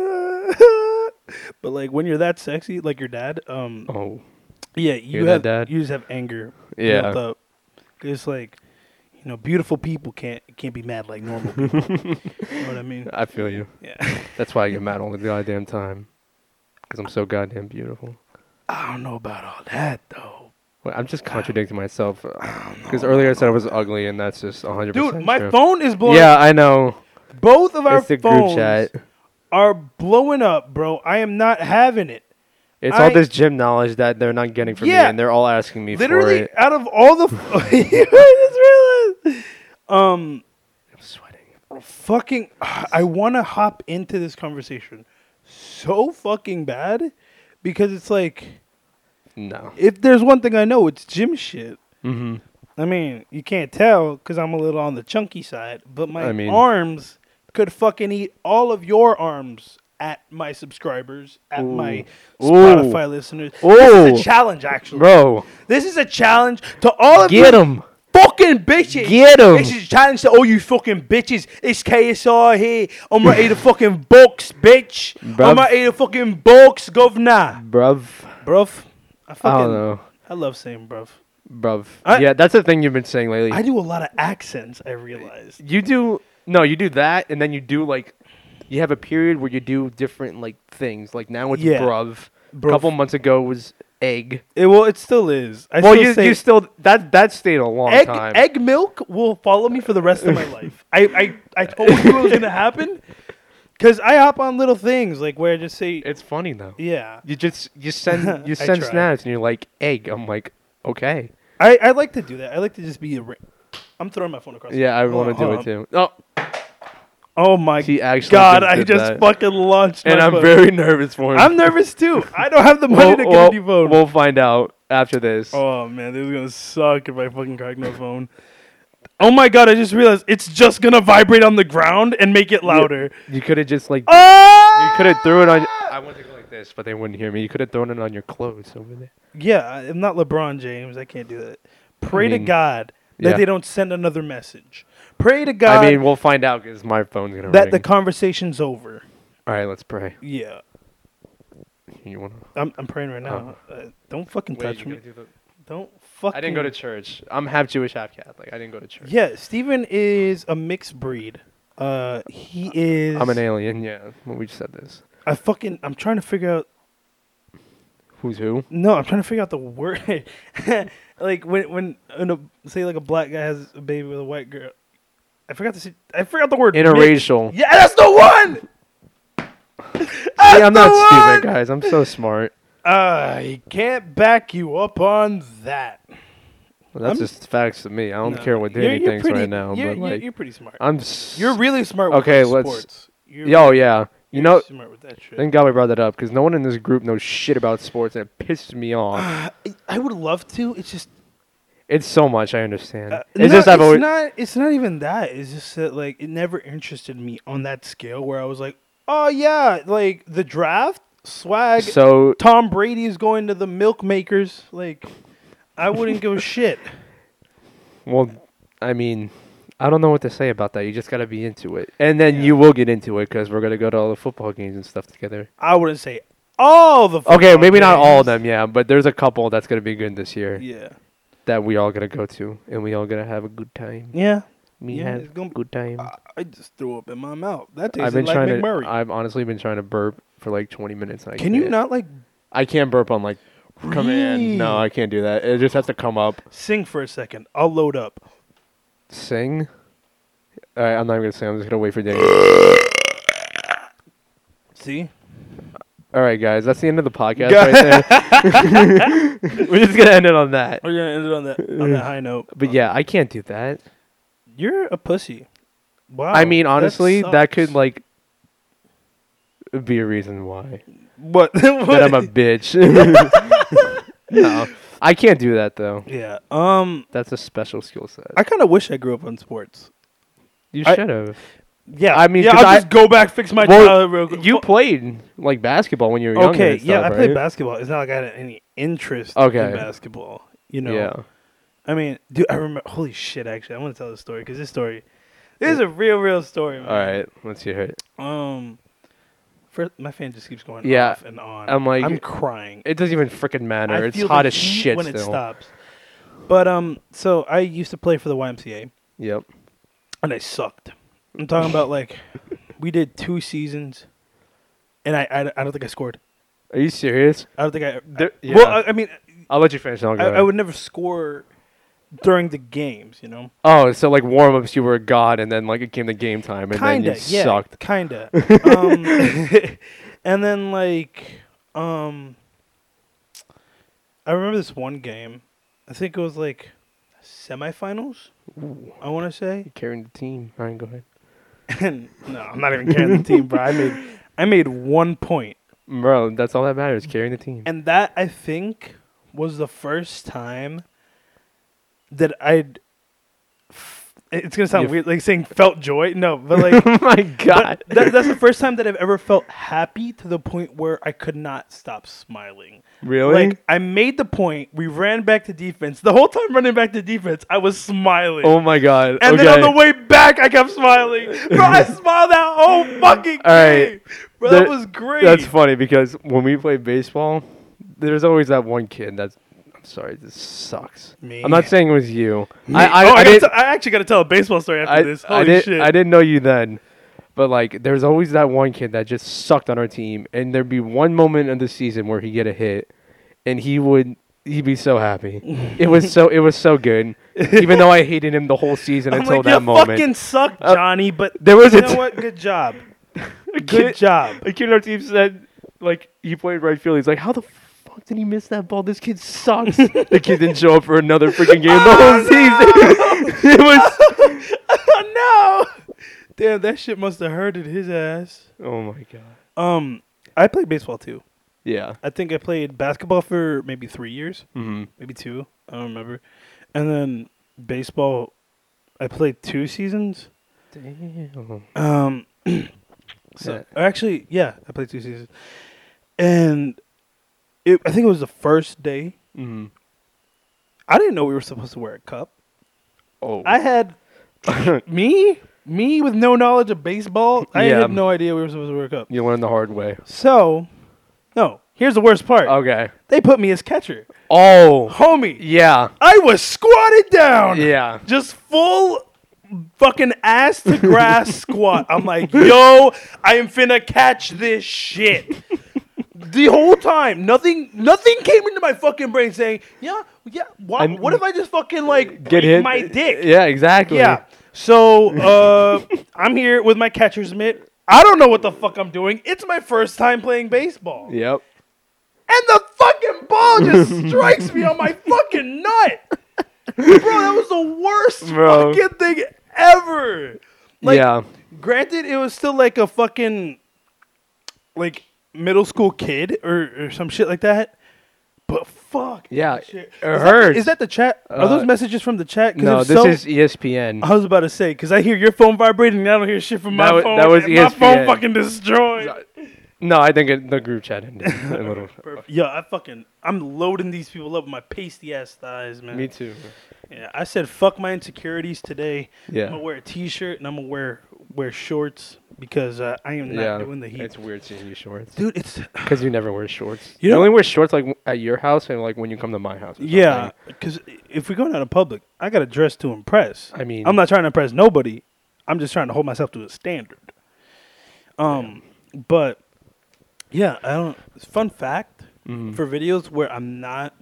S1: but like when you're that sexy, like your dad, um,
S2: Oh,
S1: yeah, you
S2: You're that
S1: have
S2: dad?
S1: you just have anger.
S2: Yeah.
S1: built up. it's like you know, beautiful people can't can't be mad like normal people. you know what I mean?
S2: I feel you.
S1: Yeah.
S2: That's why I get mad all the goddamn time, because I'm so goddamn beautiful.
S1: I don't know about all that though.
S2: Well, I'm just contradicting myself because earlier I said I was ugly, and that's just 100.
S1: Dude, my phone is blowing.
S2: Yeah, I know.
S1: Both of our
S2: it's the
S1: phones
S2: group chat.
S1: are blowing up, bro. I am not having it.
S2: It's
S1: I-
S2: all this gym knowledge that they're not getting from
S1: Yeah.
S2: me, and they're all asking me for
S1: Literally,
S2: it.
S1: out of all the, f- I just realized. Um,
S2: I'm sweating.
S1: fucking I want to hop into this conversation so fucking bad because it's like
S2: No.
S1: if there's one thing I know it's gym shit.
S2: Mm-hmm.
S1: I mean, you can't tell cuz I'm a little on the chunky side, but my
S2: I mean-
S1: arms could fucking eat all of your arms at my subscribers, at my
S2: Ooh.
S1: Spotify listeners. This is
S2: Ooh.
S1: a challenge actually.
S2: Bro,
S1: This is a challenge to all of
S2: get
S1: you
S2: him.
S1: fucking bitches.
S2: Get 'em.
S1: This is a challenge to all you fucking bitches. It's KSR here. I'm ready to fucking box, bitch. I'm
S2: Bruv.
S1: ready to fucking box, governor.
S2: Bruv.
S1: Bruv. I
S2: I
S1: fucking,
S2: don't know.
S1: I love saying bruv.
S2: Bruv.
S1: I-
S2: yeah, that's the thing you've been saying lately.
S1: I do a lot of accents, I realize.
S2: you do no, you do that, and then you do like you have a period where you do different like things. Like now it's
S1: Yeah.
S2: bruv.
S1: Bruv.
S2: A couple months ago was egg.
S1: It, well, it still is. I
S2: well,
S1: still
S2: you
S1: say
S2: you still that that stayed a long
S1: egg,
S2: time.
S1: egg milk will follow me for the rest of my life. I, I, I told you it was going to happen because I hop on little things like where I just say,
S2: It's funny though.
S1: yeah.
S2: You just you send
S1: I
S2: you send
S1: try.
S2: snaps and you're like egg. I'm like okay.
S1: I, I like to do that. I like to just be a. Ra- I'm throwing my phone across. the-
S2: Yeah, I
S1: Hold on,
S2: want to do
S1: hold
S2: it
S1: on.
S2: too. Oh,
S1: Oh my
S2: He actually
S1: god!
S2: just
S1: I
S2: did
S1: just
S2: that.
S1: fucking launched.
S2: and
S1: my
S2: I'm
S1: phone.
S2: very nervous for him.
S1: I'm nervous too. I don't have the money
S2: We'll,
S1: to get
S2: we'll-
S1: a new phone.
S2: we'll find out after this.
S1: oh man, this is gonna suck if I fucking crack no phone. Oh my god! I just realized it's just gonna vibrate on the ground and make it louder.
S2: You could have just like
S1: Oh!
S2: You could have threw it on. I wanted to go like this, but they wouldn't hear me. You could have thrown it on your clothes over there.
S1: Yeah, I- I'm not LeBron James. I can't do that. Pray to
S2: mean,
S1: God that
S2: yeah.
S1: they don't send another message. Pray to God
S2: I mean, we'll find out because my phone's gonna
S1: that
S2: ring.
S1: the conversation's over.
S2: All right, let's pray.
S1: Yeah.
S2: You want?
S1: I'm, I'm praying right now.
S2: Uh-huh.
S1: Uh, don't fucking touch me. Don't fucking.
S2: I didn't go to church. I'm half Jewish, half Catholic. I didn't go to church.
S1: Yeah, Steven is a mixed breed. Uh, he is.
S2: I'm an alien. Yeah, well, we just said this.
S1: I fucking. I'm trying to figure out.
S2: Who's who?
S1: No, I'm trying to figure out the word. like when when when a, say like a black guy has a baby with a white girl. I forgot to see. I forgot the word. mixed.
S2: Interracial.
S1: Yeah, that's the one.
S2: See, I'm
S1: the
S2: not
S1: one!
S2: stupid, guys. I'm so smart.
S1: I Ah, can't back you up on that.
S2: Well, that's
S1: I'm-
S2: just facts to me. I don't
S1: No,
S2: care what
S1: you're-
S2: Danny
S1: you're
S2: thinks
S1: pretty-
S2: right now.
S1: You're,
S2: but
S1: you're,
S2: like,
S1: you're pretty smart.
S2: I'm. S-
S1: You're really smart. With
S2: Okay,
S1: like,
S2: let's-
S1: Sports. You're
S2: Yo, yeah. You
S1: you're
S2: know.
S1: Smart with that shit.
S2: Thank God we brought that up because no one in this group knows shit about sports, and it pissed me off.
S1: I- I would love to. It's just
S2: It's so much. I understand.
S1: uh,
S2: it's
S1: no,
S2: just I've
S1: it's
S2: always.
S1: not. It's not even that. It's just that like it never interested me on that scale where I was like, oh yeah, like the draft swag.
S2: so
S1: Tom Brady is going to the milk makers. Like, I wouldn't give a shit.
S2: well, I mean, I don't know what to say about that. You just gotta be into it, and then you will get into it because we're gonna go to all the football games and stuff together.
S1: I wouldn't say all the.
S2: Okay,
S1: football
S2: maybe not all of
S1: games.
S2: them, yeah, but there's a couple that's gonna be good this year.
S1: Yeah.
S2: that we all gonna go to, and we all gonna have a good time.
S1: Yeah.
S2: Me
S1: Yeah, it's
S2: have
S1: gonna-
S2: good time.
S1: I just threw up in my mouth. That tasted
S2: I've been
S1: like
S2: trying to.
S1: McMurray.
S2: I've honestly been trying to burp for like 20 minutes. And I
S1: Can you
S2: can't.
S1: not like
S2: I can't burp on like come in. No, I can't do that. It just has to come up.
S1: sing for a second? I'll load up.
S2: Sing. All right, I'm not even gonna sing. I'm just gonna wait for Danny.
S1: See?
S2: All right, guys, that's the end of the podcast. right there. We're just gonna end it on that.
S1: We're gonna end it on that on that high note.
S2: But yeah, I can't do that.
S1: You're a pussy. Wow.
S2: I mean, honestly, that, could
S1: sucks.
S2: like be a reason why
S1: what?
S2: that I'm a bitch. no, I can't do that though.
S1: yeah. Um,
S2: That's a special skill set.
S1: I kind of wish I grew up on sports.
S2: You
S1: I-
S2: should have.
S1: Yeah,
S2: I mean,
S1: yeah,
S2: 'cause
S1: I'll
S2: I-
S1: just go back fix my
S2: Well,
S1: childhood real quick.
S2: You played like basketball when you were younger.
S1: okay?
S2: and
S1: yeah,
S2: stuff,
S1: I played
S2: right?
S1: basketball. It's not like I had any interest
S2: Okay.
S1: in basketball. You know.
S2: Yeah.
S1: I mean, dude, I remember. Holy shit! Actually, I want to tell this story because this story, this is a real, real story. Man.
S2: All right, let's hear it.
S1: Um, first, my fan just keeps going
S2: Yeah,
S1: off and on.
S2: I'm like-
S1: I'm crying.
S2: It doesn't even freaking matter.
S1: I
S2: it's
S1: feel
S2: hot
S1: the
S2: as
S1: heat
S2: shit
S1: when
S2: still.
S1: it stops. But um, so I used to play for the YMCA,
S2: Yep.
S1: and I sucked. I'm talking about like, we did two seasons, and I, I, I don't think I scored.
S2: Are you serious?
S1: I don't think I.
S2: There-
S1: I- Well,
S2: yeah.
S1: I, I mean,
S2: I'll let you finish. I'll go
S1: I, I
S2: ahead.
S1: would never score during the games. You know.
S2: Oh, so like warm ups, you were a god, and then like it came to game time, and
S1: kinda,
S2: then you
S1: yeah,
S2: sucked.
S1: Kinda. Um, and then like, um, I remember this one game. I think it was like semifinals. I want to say.
S2: Carrying the team. All right, go ahead.
S1: And no, I'm not even carrying the team, bro. I made I made one point,
S2: Bro, that's all that matters. Carrying the team.
S1: and that I think was the first time that I'd. f- It's gonna sound
S2: You-
S1: weird, like saying felt joy. No, but like
S2: oh my god.
S1: That, that- that's the first time that I've ever felt happy to the point where I could not stop smiling.
S2: really?
S1: Like I made the point. We ran back to defense. The whole time running back to defense, I was smiling.
S2: oh my god.
S1: and
S2: okay.
S1: then on the way back, I kept smiling. Bro, I smiled that whole fucking
S2: All right.
S1: game. Bro,
S2: There-
S1: that was great.
S2: That's funny because when we play baseball, there's always that one kid that's. I'm sorry, this sucks.
S1: Me.
S2: I'm not saying it was you.
S1: I,
S2: I,
S1: oh,
S2: I,
S1: I,
S2: I,
S1: gotta
S2: didn't,
S1: t- I actually got to tell a baseball story after
S2: I,
S1: this.
S2: I
S1: Holy
S2: did,
S1: shit!
S2: I didn't know you then. But like, there's always that one kid that just sucked on our team, and there'd be one moment of the season where he get a hit, and he would he'd be so happy. it was so it was so good, even though I hated him the whole season
S1: I'm
S2: until
S1: like,
S2: that
S1: you
S2: moment.
S1: fucking suck,
S2: Uh,
S1: Johnny. but
S2: there was
S1: you
S2: a
S1: know
S2: t-
S1: what? Good job.
S2: a
S1: Good
S2: kid,
S1: job.
S2: a kid on our team said like he played right field. He's like, how the fuck did he miss that ball? This kid sucks. the kid didn't show up for another freaking game the whole season. it was
S1: Oh, no. Damn, that shit must have hurted his ass.
S2: oh my god.
S1: Um, I played baseball too.
S2: Yeah.
S1: I think I played basketball for maybe three years,
S2: Mm-hmm.
S1: maybe two. I don't remember. And then baseball, I played two seasons.
S2: Damn.
S1: Um, so
S2: Yeah.
S1: or actually, yeah, I played two seasons, and it, I think it was the first day.
S2: Mm-hmm.
S1: I didn't know we were supposed to wear a cup.
S2: Oh.
S1: I had me, me with no knowledge of baseball. I
S2: Yeah.
S1: had no idea we were supposed to wear a cup.
S2: you learn the hard way.
S1: So, no. Here's the worst part.
S2: Okay.
S1: They put me as catcher.
S2: Oh.
S1: Homie,
S2: Yeah.
S1: I was squatted down.
S2: Yeah.
S1: Just full fucking ass to grass squat. I'm like, yo, I am finna catch this shit. the whole time, nothing nothing came into my fucking brain saying, yeah, yeah, why,
S2: I'm-
S1: what if I just fucking like
S2: Get
S1: break
S2: hit.
S1: my dick?
S2: Yeah. Exactly.
S1: Yeah. So uh, I'm here with my catcher's mitt. I don't know what the fuck I'm doing. It's my first time playing baseball.
S2: Yep.
S1: And the fucking ball just strikes me on my fucking nut. Bro, that was the worst
S2: Bro.
S1: fucking thing ever. Like,
S2: yeah.
S1: granted, it was still like a fucking like middle school kid or, or some shit like that. But fuck.
S2: Yeah.
S1: that shit.
S2: It
S1: Is that,
S2: hurts.
S1: is that the chat? Are
S2: Uh,
S1: those messages from the chat? 'Cause
S2: no?
S1: if
S2: This
S1: so- Uh-huh.
S2: is E ESPN.
S1: I was about to say because I hear your phone vibrating. and I don't hear shit from my
S2: That wa-
S1: phone.
S2: that was E
S1: and my phone
S2: ESPN.
S1: fucking destroyed.
S2: no, I think it, the group chat ended. a little.
S1: Yo, I fucking I'm loading these people up with my pasty ass thighs, man.
S2: Me too.
S1: Yeah, I said fuck my insecurities today. I'm
S2: Yeah.
S1: gonna wear a t-shirt and I'm gonna wear wear shorts because uh, I am not
S2: yeah,
S1: doing the heat.
S2: it's weird seeing you shorts
S1: Dude, it's
S2: because you never wear shorts.
S1: You
S2: You,
S1: know-
S2: only wear shorts like w- at your house and like when you come to my house. or
S1: yeah,
S2: something.
S1: because if we're going out in public, I got to dress to impress.
S2: I mean-
S1: I'm not trying to impress nobody. I'm just trying to hold myself to a standard. Um, but yeah, I don't. Fun fact
S2: Mm-hmm.
S1: for videos where I'm not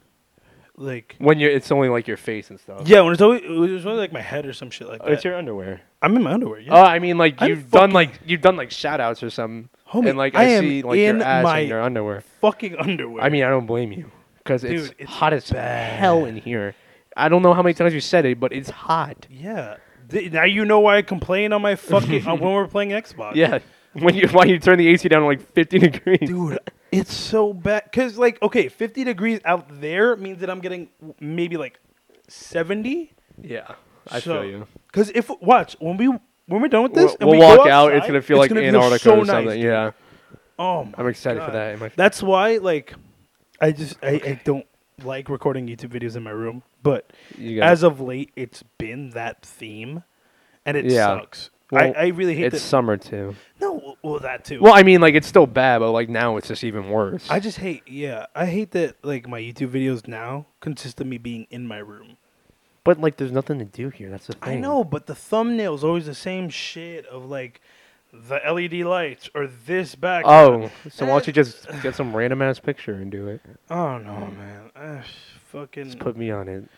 S1: like
S2: when you're it's only like your face and stuff.
S1: yeah, when it's always it's always like my head or some shit like
S2: Oh,
S1: that.
S2: it's your underwear.
S1: I'm in my underwear. Yeah.
S2: Oh, I mean, like
S1: I'm
S2: you've done
S1: fucking-
S2: like you've done like shout outs or something.
S1: Homie,
S2: and like
S1: I
S2: I,
S1: am
S2: see like
S1: in
S2: your ass
S1: my-
S2: in your underwear.
S1: Fucking underwear.
S2: I mean, I don't blame you because it's,
S1: Dude, it's
S2: hot as hell in here. I don't know how many times you said it, but it's hot.
S1: yeah. Th- now you know why I complain on my fucking on when we're playing Xbox.
S2: Yeah, when you why you turn the AC down to like 50 degrees.
S1: dude it's so bad because like okay 50 degrees out there means that i'm getting maybe like 70
S2: Yeah, I
S1: So-
S2: feel you.
S1: because if watch when we when we're done with this
S2: We'll,
S1: and
S2: we'll
S1: we go
S2: walk out. It's
S1: outside,
S2: gonna feel like
S1: feel
S2: Antarctica
S1: so
S2: or something.
S1: nice.
S2: yeah,
S1: oh my
S2: I'm excited for
S1: God.
S2: that. My,
S1: that's why like i just I, I don't like recording youtube videos in my room but
S2: you got
S1: as of late it's been that theme and it
S2: Yeah.
S1: sucks
S2: Well,
S1: I, I really hate
S2: it's
S1: that
S2: summer too.
S1: no well that too
S2: Well, I mean, like it's still bad, but like now it's just even worse.
S1: I just hate, yeah, I hate that like my YouTube videos now consist of me being in my room.
S2: but like, there's nothing to do here. That's the thing.
S1: I know, but the thumbnail's always the same shit of like the LED lights or this back.
S2: Oh, so why don't you just get some random ass picture and do it?
S1: oh no, man, Ugh, fucking.
S2: Just put me on it.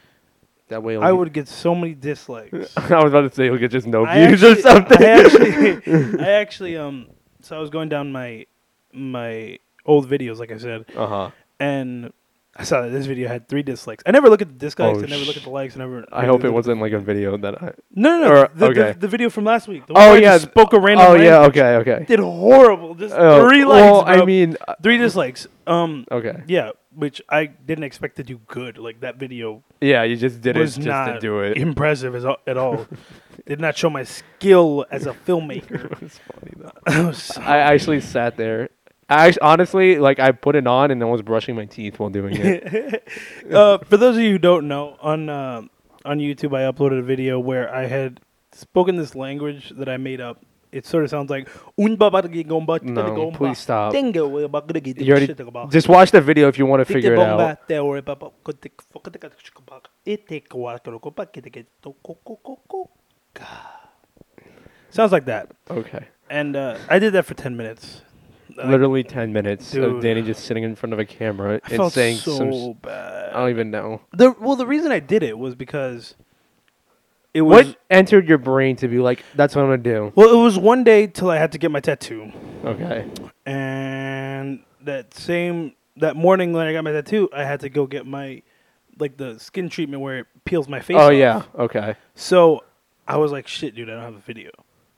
S2: That way, it'll
S1: I
S2: get-
S1: would get so many dislikes.
S2: I was about to say you'll get just no
S1: I
S2: views or
S1: actually-
S2: something.
S1: I actually, I actually, um, so I was going down my my old videos, like I said,
S2: uh huh.
S1: and. I saw that this video had three dislikes. I never look at the dislikes.
S2: Oh,
S1: I never look at
S2: sh-
S1: the likes. I never.
S2: I hope it wasn't like a video that I.
S1: No, no, no.
S2: Or-
S1: the, the,
S2: okay.
S1: the video from last week. The one
S2: Oh
S1: where I
S2: yeah.
S1: just spoke a random.
S2: Oh
S1: language.
S2: yeah. Okay. Okay.
S1: Did horrible. Just
S2: Oh,
S1: three likes.
S2: Well,
S1: bro.
S2: I mean. uh,
S1: three dislikes. Um,
S2: Okay.
S1: yeah, which I didn't expect to do good. Like that video
S2: Yeah, you just did it
S1: was
S2: just
S1: not
S2: to do it.
S1: impressive as, al- at all. Did not show my skill as a filmmaker.
S2: It's funny though.
S1: I was-
S2: I actually sat there. I act- honestly like I put it on and I was brushing my teeth while doing it.
S1: uh, for those of you who don't know, on uh, on YouTube, I uploaded a video where I had spoken this language that I made up. It sort of sounds like
S2: no,
S1: no,
S2: please stop.
S1: Dingo,
S2: You already just watch the video if you want to figure it out.
S1: E Sounds like that.
S2: Okay.
S1: And uh, I did that for 10 minutes. Like,
S2: Literally ten minutes
S1: Dude.
S2: of Danny just sitting in front of a camera
S1: I
S2: and
S1: felt
S2: saying
S1: so
S2: some. s-
S1: bad.
S2: I don't even know.
S1: The, well, the reason I did it was because it was.
S2: What entered your brain to be like, that's what I'm gonna do?
S1: Well, it was one day till I had to get my tattoo.
S2: Okay.
S1: and that same that morning when I got my tattoo, I had to go get my like the skin treatment where it peels my face.
S2: Oh
S1: off.
S2: yeah. Okay.
S1: So I was like, shit, dude, I don't have a video.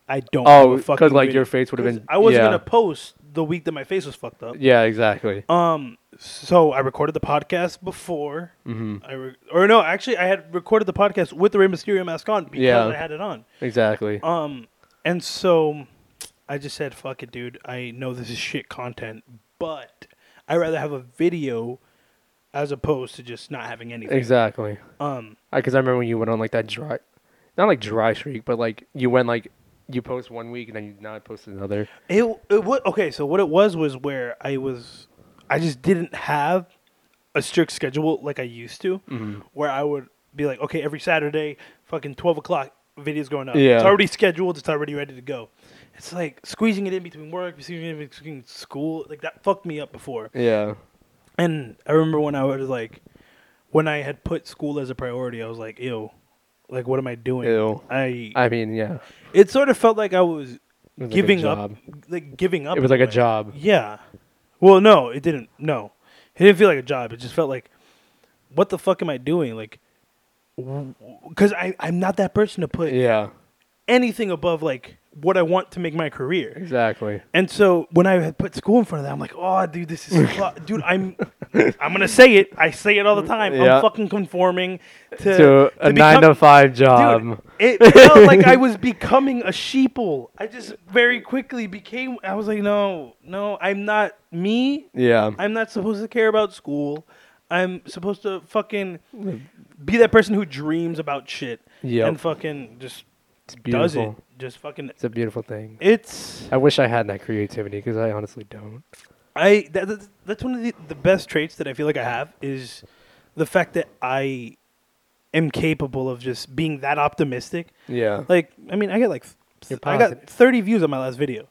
S1: I don't.
S2: Oh,
S1: have a fucking
S2: because like
S1: video.
S2: your face would have been.
S1: I wasn't
S2: yeah.
S1: gonna post the week that my face was fucked up.
S2: Yeah, exactly.
S1: Um, so I recorded the podcast before. I re- or no, actually, I had recorded the podcast with the Rey Mysterio mask on because
S2: Yeah.
S1: I had it on.
S2: Exactly.
S1: Um, and so I just said, "Fuck it, dude. I know this is shit content, but I would rather have a video as opposed to just not having anything."
S2: Exactly.
S1: Um,
S2: Because I remember when you went on like that dry, not like dry streak, but like you went like you post one week and then you not post another.
S1: it it wa- okay. So what it was was where I was, I just didn't have a strict schedule like I used to,
S2: Mm-hmm.
S1: where I would be like, okay, every Saturday, fucking twelve o'clock, video's going up.
S2: Yeah.
S1: it's already scheduled. It's already ready to go. It's like squeezing it in between work, squeezing it in between school. Like that fucked me up before.
S2: Yeah.
S1: And I remember when I was like, when I had put school as a priority, I was like, ew, like what am I doing?
S2: Ew.
S1: I,
S2: I mean, yeah.
S1: it sort of felt like I was,
S2: It was like a
S1: giving up,
S2: job.
S1: like giving up.
S2: It was
S1: in
S2: like a
S1: way.
S2: job.
S1: Yeah. Well, no, it didn't. No, it didn't feel like a job. It just felt like, what the fuck am I doing? Like, because I I'm not that person to put
S2: Yeah.
S1: anything above like what I want to make my career.
S2: Exactly.
S1: And so when I had put school in front of that, I'm like, oh, dude, this is, fu- dude, I'm, I'm gonna say it. I say it all the time.
S2: Yeah.
S1: I'm fucking conforming to,
S2: to a nine to
S1: become-
S2: five job.
S1: Dude, it felt like I was becoming a sheeple. I just very quickly became. I was like, no, no, I'm not me.
S2: yeah.
S1: I'm not supposed to care about school. I'm supposed to fucking be that person who dreams about shit
S2: Yep.
S1: and fucking just
S2: It's
S1: does
S2: beautiful.
S1: it. Just fucking.
S2: It's a beautiful thing.
S1: It's
S2: I wish I had that creativity because I honestly don't.
S1: I that, that's, that's one of the, the best traits that I feel like I have is the fact that I am capable of just being that optimistic.
S2: Yeah.
S1: Like I mean, I got like
S2: You're
S1: th- I got
S2: positive.
S1: 30 views on my last video.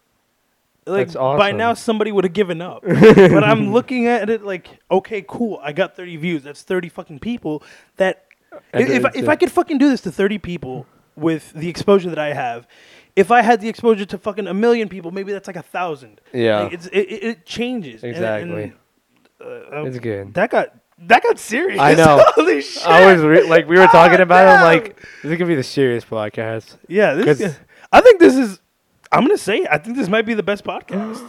S1: Like
S2: That's
S1: by
S2: awesome.
S1: now somebody would have given up. but I'm looking at it like, okay, cool. I got 30 views. That's 30 fucking people that
S2: And
S1: if, if,
S2: it's
S1: if
S2: a-
S1: I could fucking do this to 30 people with the exposure that I have, if I had the exposure to fucking a million people, maybe that's like a thousand.
S2: Yeah.
S1: Like, it's, it, it it changes. And-
S2: Exactly.
S1: and, uh,
S2: it's good.
S1: that got that got serious.
S2: I know.
S1: Holy shit.
S2: I was re- like, we were talking
S1: Ah,
S2: about
S1: damn.
S2: it. Like, this is gonna be the serious podcast.
S1: Yeah, this
S2: 'Cause-
S1: I think this is. I'm gonna say. it. I think this might be the best podcast.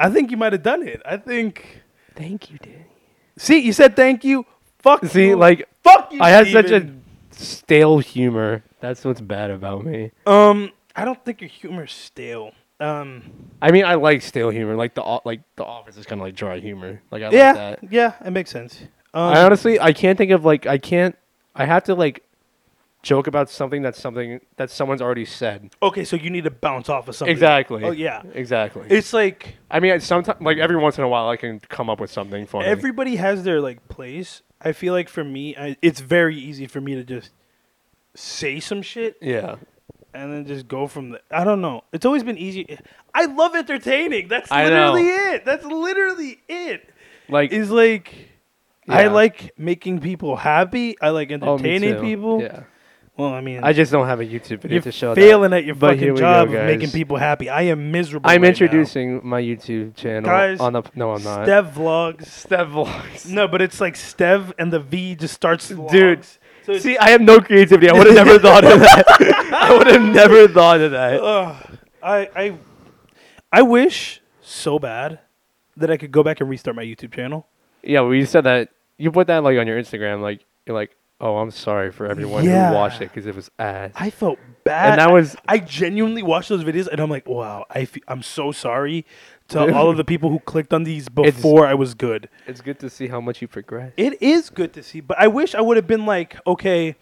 S1: I think you might have done it. I think.
S2: Thank you, Danny.
S1: See, you said thank you. Fuck.
S2: See,
S1: you.
S2: like,
S1: fuck you.
S2: I had such a
S1: Steven.
S2: stale humor. That's what's bad about me.
S1: Um, I don't think your humor's stale. Um,
S2: I mean, I like stale humor. Like the o- like the office is kind of like dry humor. Like I like
S1: yeah,
S2: that.
S1: yeah, it makes sense. Um,
S2: I honestly, I can't think of like I can't. I have to like joke about something that's something that someone's already said.
S1: okay, so you need to bounce off of something.
S2: Exactly.
S1: Oh yeah.
S2: Exactly.
S1: It's like
S2: I mean, sometimes like every once in a while, I can come up with something funny.
S1: everybody has their like place. I feel like for me, I, it's very easy for me to just say some shit
S2: yeah.
S1: and then just go from there. I don't know. It's always been easy. I love entertaining. That's
S2: I know.
S1: literally it. That's literally it.
S2: Like
S1: Is like I
S2: Yeah.
S1: like making people happy. I like
S2: oh, me
S1: entertaining
S2: too.
S1: people.
S2: Yeah.
S1: Well, I mean,
S2: I just don't have a YouTube video
S1: you're
S2: to show. that.
S1: failing at your
S2: But
S1: fucking
S2: here we go,
S1: job of
S2: guys.
S1: making people happy. I am miserable.
S2: I'm
S1: right
S2: introducing my YouTube channel
S1: Guys,
S2: on the. No,
S1: now.
S2: I'm not.
S1: Stev vlogs.
S2: Step vlogs.
S1: No, but it's like Stev and the V just starts.
S2: Dude,
S1: vlogs. So it's-
S2: See, I have no creativity. I would have never thought of that. I would have never thought of that.
S1: Ugh. I I I wish so bad that I could go back and restart my YouTube channel.
S2: Yeah, well, you said that. You put that like on your Instagram, like you're like, oh, I'm sorry for everyone
S1: Yeah.
S2: who watched it because it was ass.
S1: I felt bad.
S2: And that was-
S1: I, genuinely watched those videos and I'm like, wow, I fe- I'm so sorry to all of the people who clicked on these before I was good.
S2: it's good to see how much you progress.
S1: It is good to see, but I wish I would have been like, okay,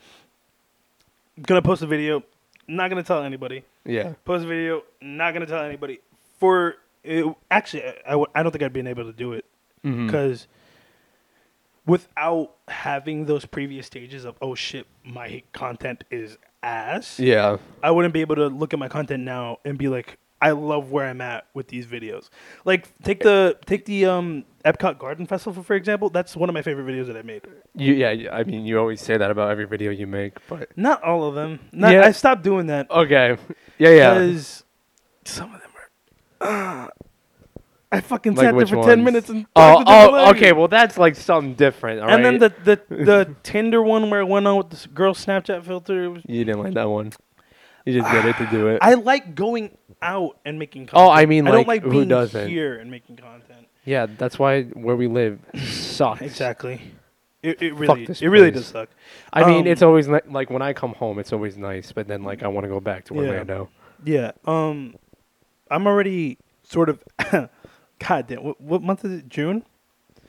S1: gonna post a video, not gonna tell anybody.
S2: Yeah,
S1: Post a video, not gonna tell anybody. For it, actually, I I, w- I don't think I'd been able to do it
S2: Mm-hmm.
S1: because without having those previous stages of oh shit, my content is ass.
S2: yeah,
S1: I wouldn't be able to look at my content now and be like, I love where I'm at with these videos. Like take the take the um Epcot Garden Festival for example. That's one of my favorite videos that I made.
S2: you, yeah. y- I mean, you always say that about every video you make, but
S1: Not all of them. Not,
S2: Yeah.
S1: I stopped doing that
S2: okay, yeah, yeah.
S1: because some of them are. ah, I fucking
S2: Like
S1: sat there
S2: which
S1: for ten
S2: ones?
S1: minutes and
S2: Oh,
S1: talked to different
S2: oh,
S1: ladies.
S2: okay. Well, that's like something different.
S1: And then
S2: alright?
S1: the the the Tinder one where it went on with this girl Snapchat filter. It was-
S2: you didn't like that one. You just did it to do it.
S1: I like going out and making content.
S2: Oh, I mean,
S1: I don't
S2: like,
S1: like
S2: who
S1: being
S2: doesn't?
S1: here and making content.
S2: yeah, that's why where we live sucks.
S1: Exactly. It, it
S2: Fuck
S1: really
S2: this
S1: it really
S2: place.
S1: does suck.
S2: I mean, it's
S1: Um,
S2: always ni- like when I come home, it's always nice, but then like I want to go back to
S1: Yeah.
S2: Orlando.
S1: yeah. Um, I'm already sort of. God damn. What, what month is it? June.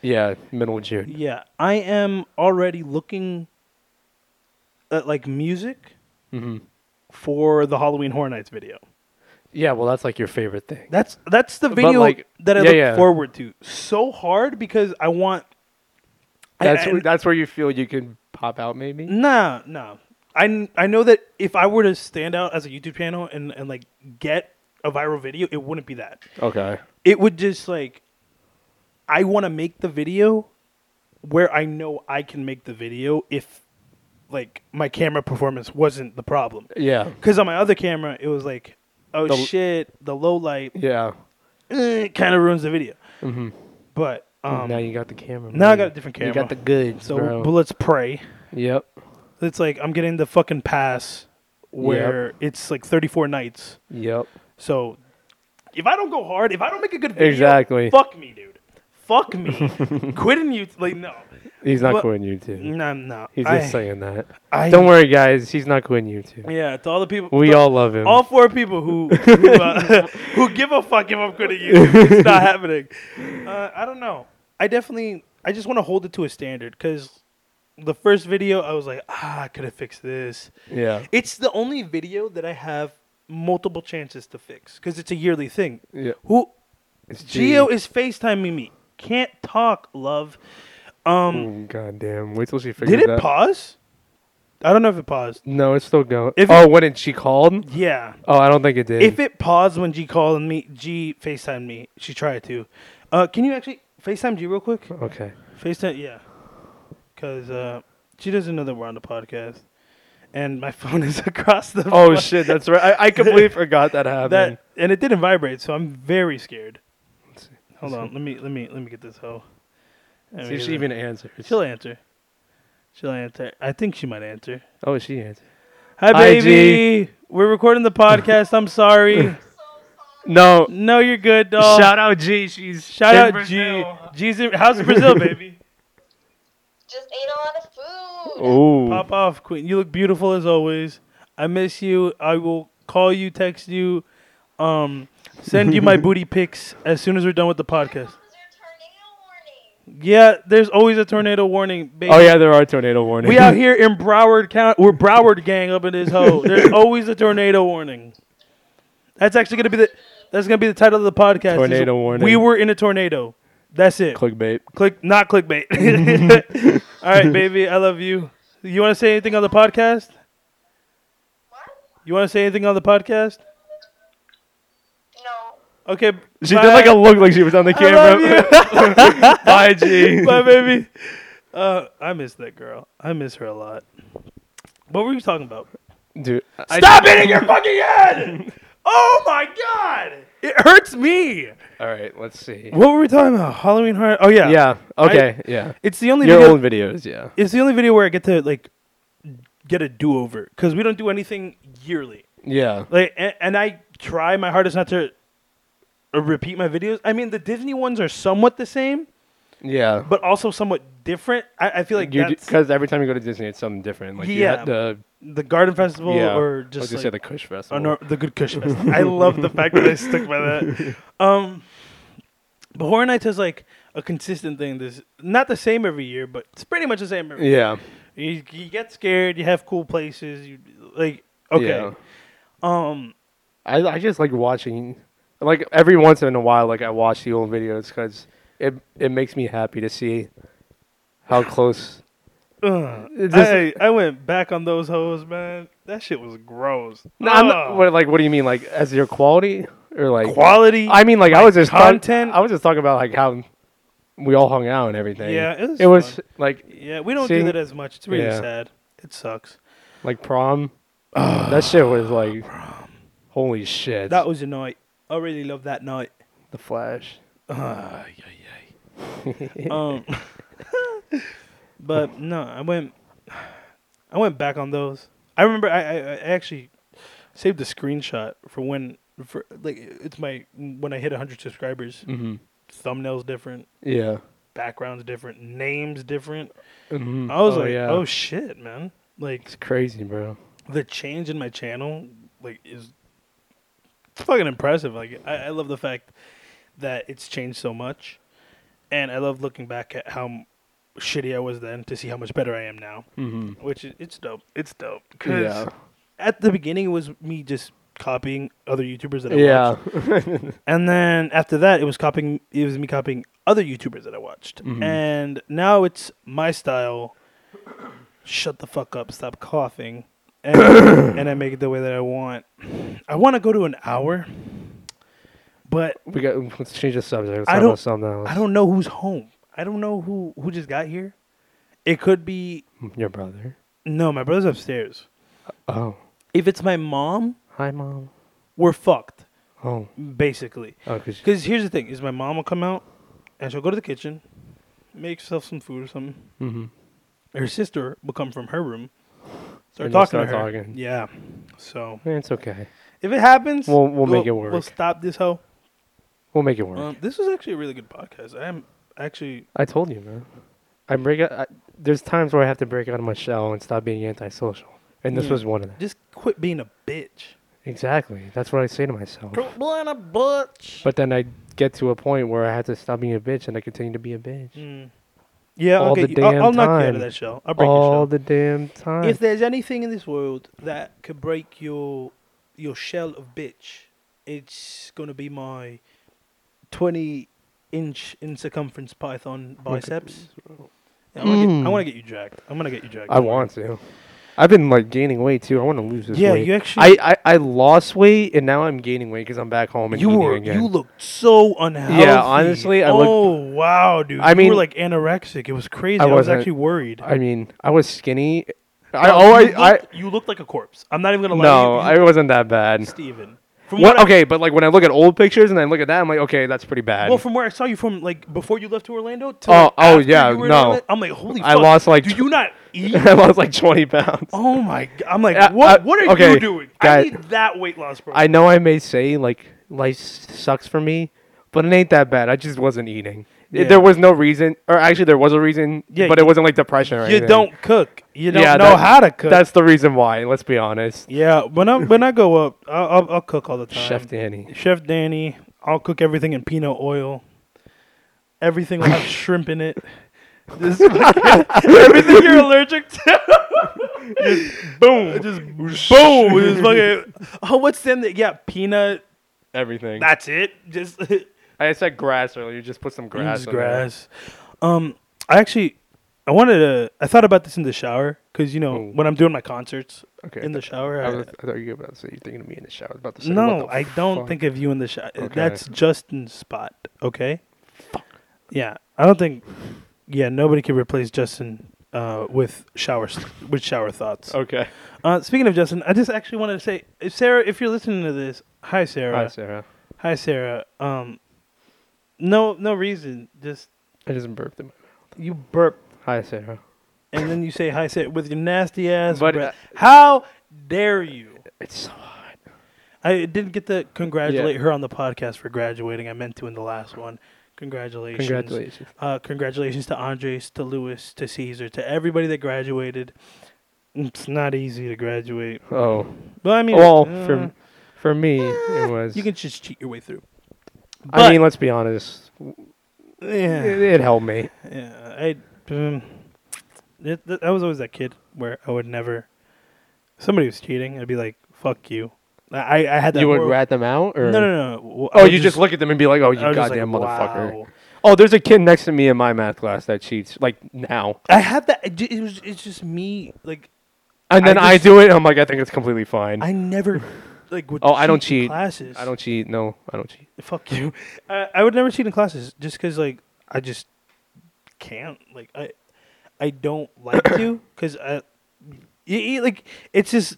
S2: Yeah, middle of June.
S1: Yeah, I am already looking at like music
S2: Mhm.
S1: for the Halloween Horror Nights video.
S2: Yeah, well, that's like your favorite thing.
S1: That's that's the video
S2: like,
S1: that I
S2: yeah,
S1: look
S2: yeah.
S1: forward to so hard because I want. I-
S2: That's
S1: I- Mm.
S2: where, that's where you feel you can pop out, maybe.
S1: Nah, nah. I, kn- I know that if I were to stand out as a YouTube channel and, and like get a viral video, it wouldn't be that.
S2: Okay.
S1: It would just like I want to make the video where I know I can make the video if like my camera performance wasn't the problem.
S2: Yeah.
S1: Cuz on my other camera it was like oh
S2: The-
S1: shit, the low light
S2: Yeah. Mm-hmm.
S1: kind of ruins the video. But um
S2: now
S1: now,
S2: you got the camera.
S1: I got
S2: man.
S1: a different
S2: You
S1: camera.
S2: got the goods,
S1: so
S2: bro.
S1: but let's pray.
S2: yep.
S1: It's like I'm getting the fucking pass where it's like 34 nights.
S2: Yep.
S1: So if I don't go hard, if I don't make a good video,
S2: Exactly.
S1: fuck me, dude. Fuck me. Quitting you like no.
S2: He's not
S1: But-
S2: quitting YouTube.
S1: No, no.
S2: He's
S1: mm, I-
S2: just saying that.
S1: I-
S2: Don't worry, guys. He's not quitting YouTube.
S1: Yeah, to all the people
S2: We
S1: to
S2: all love him.
S1: all four people who who, uh, who give a fuck if I'm quitting you. It's not happening. Uh, I don't know. I definitely I just want to hold it to a standard cuz the first video, I was like, ah, I could have fixed this.
S2: Yeah.
S1: It's the only video that I have multiple chances to fix because it's a yearly thing.
S2: Yeah.
S1: Who?
S2: It's
S1: Geo is FaceTiming me. Can't talk, love. Um,
S2: God damn. Wait till she figures
S1: did it
S2: out.
S1: pause? I don't know if it paused.
S2: No, it's still going.
S1: If
S2: oh, when it, she called?
S1: Yeah.
S2: Oh, I don't think it did.
S1: If it paused when G called me, G FaceTimed me. She tried to. Uh, can you actually FaceTime G real quick?
S2: okay.
S1: FaceTime, yeah. Because uh, she doesn't know that we're on the podcast. And my phone is across the
S2: Oh
S1: fu-
S2: shit, that's right. I, I completely forgot that happened.
S1: that and it didn't vibrate, so I'm very scared.
S2: Let's see.
S1: Hold on, let me let me let me get this hoe. Let
S2: See
S1: me
S2: if
S1: get
S2: she
S1: her.
S2: even answers.
S1: She'll answer. She'll answer. I think she might answer.
S2: Oh, she answered.
S1: Hi,
S2: Hi, G.
S1: baby. We're recording the podcast. I'm sorry.
S2: No.
S1: no, you're good, doll.
S2: Shout out G. She's
S1: Shout
S2: in
S1: out
S2: Brazil.
S1: G. G's in, how's Brazil, baby?
S5: Just ate a lot of food.
S2: Oh.
S1: Pop off, Queen. You look beautiful as always. I miss you. I will call you, text you, um, send you my booty pics as soon as we're done with the podcast.
S5: Those are tornado warning.
S1: Yeah, there's always a tornado warning, baby.
S2: Oh yeah, there are tornado warnings.
S1: We out here in Broward County. We're Broward gang up in this hole. There's always a tornado warning. That's actually gonna be the that's gonna be the title of the podcast. is
S2: Tornado warning.
S1: We were in a tornado. That's it.
S2: Clickbait.
S1: Click, not clickbait. All right, baby, I love you. You want to say anything on the podcast?
S5: What?
S1: You want to say anything on the podcast?
S5: No.
S1: Okay.
S2: She
S1: bye.
S2: did like a look like she was on the
S1: I love
S2: camera. Bye, G.
S1: you. Bye, baby. Uh, I miss that girl. I miss her a lot. What were you talking about?
S2: Dude, I-
S6: Stop hitting your fucking head!
S1: Oh my god! It hurts me.
S2: all right, let's see.
S1: What were we talking about? Halloween Horror. Oh yeah.
S2: Yeah. Okay. yeah.
S1: It's the only
S2: Your
S1: video.
S2: own videos. Yeah.
S1: It's the only video where I get to like get a do over because we don't do anything yearly.
S2: Yeah.
S1: Like, and, and I try my hardest not to uh, repeat my videos. I mean, the Disney ones are somewhat the same,
S2: Yeah.
S1: but also somewhat different. I, I feel like
S2: you
S1: that's
S2: because every time you go to Disney, it's something different. Like you
S1: Yeah.
S2: had the
S1: the Garden Festival
S2: yeah,
S1: or
S2: I was
S1: just
S2: gonna
S1: like,
S2: say the Kush Festival.
S1: or no, the Good Kush Festival. I love the fact that I stuck by that. Um, but Horror Nights is like a consistent thing. This not the same every year, but it's pretty much the same every
S2: Yeah.
S1: year. You, you get scared. You have cool places. You like okay.
S2: Yeah.
S1: Um,
S2: I I just like watching, like every once in a while, like I watch the old videos because it it makes me happy to see how close.
S1: ugh,
S2: It just-
S1: I, I went back on those hoes, man. That shit was gross. Ah,
S2: No, I'm not-
S1: Ugh.
S2: what like what do you mean like as your quality or like
S1: quality.
S2: I mean like I was just talk-
S1: content?
S2: I was just talking about like how we all hung out and everything.
S1: Yeah, it was
S2: It was
S1: fun.
S2: like
S1: yeah, we don't
S2: See?
S1: do that as much. It's really
S2: Yeah.
S1: sad. It sucks.
S2: like prom. that shit was like holy shit.
S1: That was a night. I really loved that night.
S2: the Flash.
S1: Ah, yay, yay. um, but no, I went, I went back on those. I remember I, I, I actually saved a screenshot for when for like it's my when I hit hundred subscribers.
S2: Mm-hmm.
S1: Thumbnails different,
S2: Yeah.
S1: backgrounds different, names different.
S2: Mhm.
S1: I was
S2: Oh,
S1: like,
S2: yeah.
S1: oh shit, man! Like
S2: It's crazy, bro.
S1: the change in my channel, like is fucking impressive. Like I, I love the fact that it's changed so much, and I love looking back at how m- shitty I was then to see how much better I am now.
S2: Mm-hmm.
S1: Which is, it's dope. It's dope. Cause
S2: Yeah.
S1: at the beginning it was me just copying other YouTubers that I
S2: Yeah.
S1: watched, and then after that it was copying. It was me copying other YouTubers that I watched,
S2: Mhm.
S1: and now it's my style. Shut the fuck up! Stop coughing, and, and I make it the way that I want. I want to go to an hour, but
S2: we got. Let's change the subject. Let's
S1: I
S2: talk
S1: don't-
S2: about something else.
S1: I don't know who's home. I don't know who who just got here. It could be
S2: Mm, Your brother.
S1: no, my brother's upstairs.
S2: Oh.
S1: If it's my mom,
S2: Hi, mom.
S1: we're fucked
S2: Oh.
S1: basically.
S2: Oh, cause
S1: Because here's the thing: is my mom will come out, and she'll go to the kitchen, make herself some food or something.
S2: mm-hmm.
S1: Her sister will come from her room, start
S2: And they'll
S1: talking to
S2: start
S1: her.
S2: talking.
S1: Yeah. So
S2: It's okay.
S1: if it happens,
S2: We'll- we'll make it work.
S1: We'll stop this hoe.
S2: We'll make it work.
S1: Um, this was actually a really good podcast. I am actually
S2: I told you, man. I break out. I, there's times where I have to break out of my shell and stop being antisocial, and this
S1: Yeah.
S2: was one of them.
S1: just quit being a bitch.
S2: Exactly. That's what I say to myself.
S3: Quit being a bitch.
S2: But then I get to a point where I have to stop being a bitch, and I continue to be a bitch.
S1: Mm. Yeah,
S2: all
S1: okay.
S2: the
S1: you- I'll,
S2: damn
S1: I'll knock you out
S2: time.
S1: of that show. I'll break
S2: all
S1: your
S2: the damn time.
S1: shell. If there's anything in this world that could break your your shell of bitch, it's gonna be my twenty inch in circumference python biceps. Yeah,
S2: Mm.
S1: I want to get you jacked. I'm gonna get you jacked.
S2: I want to. I've been like gaining weight too. I want to lose this
S1: Yeah,
S2: weight.
S1: you actually-
S2: I, I, I lost weight and now I'm gaining weight because I'm back home and
S1: You
S2: eating
S1: were
S2: again.
S1: you looked so unhealthy.
S2: honestly, I
S1: oh
S2: looked-
S1: wow, dude.
S2: I
S1: you
S2: mean-
S1: were like anorexic. It was crazy.
S2: I
S1: I, was
S2: wasn't-
S1: actually worried.
S2: I mean, I was skinny. I
S1: You
S2: oh I, I
S1: looked- you looked like a corpse. I'm not even gonna
S2: no,
S1: lie.
S2: I wasn't that bad.
S1: Steven. From
S2: What,
S1: I-
S2: okay, but like when I look at old pictures and I look at that, I'm like, okay, that's pretty bad.
S1: Well, from where I saw you from, like before you left to Orlando. To
S2: Oh, oh,
S1: after
S2: yeah,
S1: you were in
S2: no.
S1: Orlando, I'm like, holy.
S2: I
S1: fuck,
S2: lost, like,
S1: Do you not eat?
S2: I lost like 20 pounds.
S1: oh my! God. I'm like,
S2: Yeah,
S1: what?
S2: I-
S1: what are
S2: okay,
S1: you doing?
S2: guys-
S1: I need that weight loss, bro.
S2: I know I may say like life sucks for me, but it ain't that bad. I just wasn't eating.
S1: Yeah.
S2: There was no reason, or actually there was a reason,
S1: Yeah,
S2: but it wasn't like depression or
S1: you
S2: anything.
S1: don't cook. You don't
S2: Yeah,
S1: know
S2: that-
S1: how to cook.
S2: That's the reason why. Let's be honest.
S1: yeah. When I when I go up, I'll, I'll, I'll cook all the time.
S2: Chef Danny.
S1: Chef Danny. I'll cook everything in peanut oil. Everything will have shrimp in it. This everything you're allergic to.
S2: Boom.
S1: Just
S2: Oh,
S1: boom. Just fucking. Oh, what's in the yeah peanut?
S2: Everything.
S1: That's it. Just
S2: I said grass earlier. Just put some grass.
S1: Just
S2: in there.
S1: grass. Um, I actually, I wanted to. I thought about this in the shower because you know
S2: Ooh.
S1: when I'm doing my concerts
S2: Okay.
S1: in the shower.
S2: I,
S1: I,
S2: was, I thought you were about to say you're thinking of me in the shower. I was about to say,
S1: no,
S2: what the
S1: I don't
S2: fuck?
S1: think of you in the shower.
S2: Okay.
S1: That's Justin's spot. Okay. Yeah, I don't think. Yeah, nobody can replace Justin uh, with shower s- with shower thoughts.
S2: Okay.
S1: Uh, speaking of Justin, I just actually wanted to say, if Sarah, if you're listening to this, hi Sarah.
S2: Hi, Sarah.
S1: Hi, Sarah. Um, no, no reason. Just
S2: I just burped in my mouth.
S1: you burp
S2: Hi, Sarah.
S1: and then you say hi Sarah with your nasty ass
S2: But,
S1: breath.
S2: uh,
S1: How dare you?
S2: It's so hot.
S1: I didn't get to congratulate her on the podcast for graduating. I meant to in the last one. Congratulations.
S2: Congratulations.
S1: Uh, congratulations to Andres, to Lewis, to Caesar, to everybody that graduated. It's not easy to graduate.
S2: Oh.
S1: But I mean,
S2: Well,
S1: uh, eh,
S2: for, for me, it was.
S1: you can just cheat your way through.
S2: I
S1: but-
S2: mean, let's be honest. It,
S1: Yeah.
S2: it helped me.
S1: Yeah, I um, it, th- I was always that kid where I would never. Somebody was cheating. I'd be like, "Fuck you." I I I had that.
S2: You would
S1: horror-
S2: rat them out, or
S1: No, no, no. Well, I
S2: Oh,
S1: would
S2: you just, look at them and be like, "Oh, you
S1: I was just
S2: goddamn
S1: like,
S2: motherfucker."
S1: wow.
S2: Oh, there's a kid next to me in my math class that cheats like now,
S1: I had that. It, ju- it was. It's just me. Like
S2: and
S1: I
S2: then I,
S1: just-
S2: do it. and I'm like, I think it's completely fine. I,
S1: I never. Like would
S2: Oh, I don't
S1: in
S2: cheat.
S1: classes.
S2: don't cheat. No, I don't cheat.
S1: Fuck you. I, I would never cheat in classes just because like I just can't. Like I I don't like to because I you, you- like it's just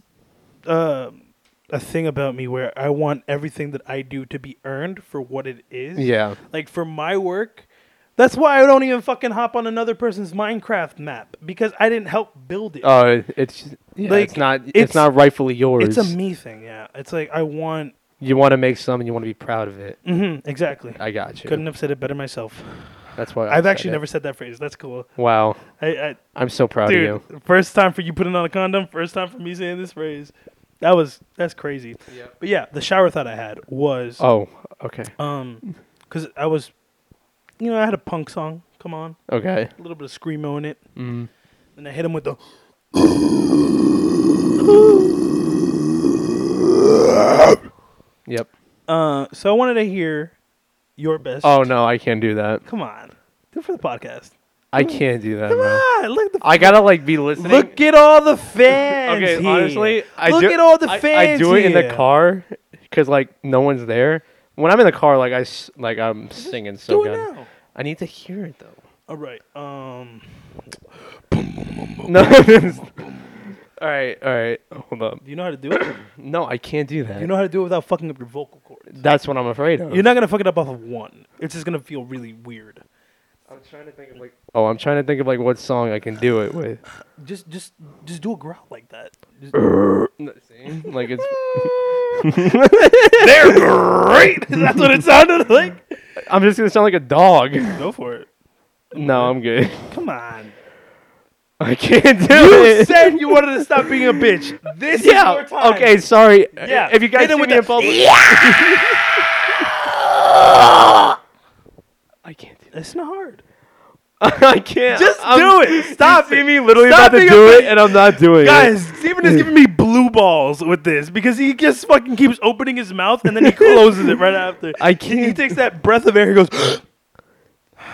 S1: um a thing about me where I want everything that I do to be earned for what it is.
S2: Yeah,
S1: Like for my work. That's why I don't even fucking hop on another person's Minecraft map because I didn't help build it.
S2: uh, it's yeah,
S1: Like,
S2: it's not it's,
S1: it's-
S2: not rightfully
S1: it's
S2: yours.
S1: a me thing, yeah. It's like I want.
S2: you want to make some, and you want to be proud of it.
S1: hmm exactly.
S2: I got you.
S1: Couldn't have said it better myself.
S2: That's why I
S1: I've
S2: said
S1: actually
S2: it.
S1: never said that phrase. That's cool.
S2: Wow,
S1: I,
S2: I'm so
S1: I
S2: proud
S1: dude,
S2: of
S1: first time for you putting on a condom. First time for me saying this phrase. That was that's crazy.
S2: you.
S1: But yeah, the shower thought I had was um
S2: Oh, okay,
S1: 'cause um, because I was, you know, I had a punk song. Come on,
S2: okay.
S1: a little bit of screamo in it,
S2: Mm.
S1: and I hit him with the.
S2: Yep.
S1: Uh, so I wanted to hear your best.
S2: Oh no, I can't do that.
S1: come on, do it for the podcast.
S2: I can't do that,
S1: Come
S2: bro.
S1: on, look at the
S2: I gotta like be listening.
S1: look at all the fans.
S2: Okay,
S1: here.
S2: honestly, I
S1: look
S2: do,
S1: at all the
S2: I-
S1: fans.
S2: I, do it in the
S1: here.
S2: car because like no one's there. When I'm in the car, like I s- like I'm singing so
S1: Do it
S2: good.
S1: now.
S2: I need to hear it though.
S1: All right. Um.
S2: No. it's- all right, all right. Hold up.
S1: Do you know how to do it?
S2: No, I can't do that.
S1: you know how to do it without fucking up your vocal cords.
S2: That's what I'm afraid of.
S1: You're not gonna fuck it up off of one. It's just gonna feel really weird.
S2: I'm trying to think of like. Oh, I'm trying to think of like what song I can do it with.
S1: Just, just, just do a growl like that. Just-
S2: No, see? Like it's.
S1: Great. That's what it sounded like.
S2: I'm just gonna sound like a dog.
S1: Go for it.
S2: No, I'm good.
S1: Come on.
S2: I can't do it.
S1: You said you wanted to stop being a bitch. This is your time.
S2: Okay, sorry.
S1: Yeah.
S2: If you guys
S1: Hit
S2: see
S1: him
S2: me
S1: with
S2: in
S1: the-
S2: public. I can't do that.
S1: It's not hard.
S2: I can't.
S1: Just
S2: I'm-
S1: do it. Stop
S2: you
S1: it.
S2: See me literally
S1: Stop
S2: about to
S1: being
S2: do
S1: a
S2: it,
S1: bitch.
S2: and I'm not doing it.
S1: Guys, Steven is giving me blue balls with this because he just fucking keeps opening his mouth and then he closes it right after.
S2: I
S1: He
S2: can't.
S1: takes that breath of air and goes,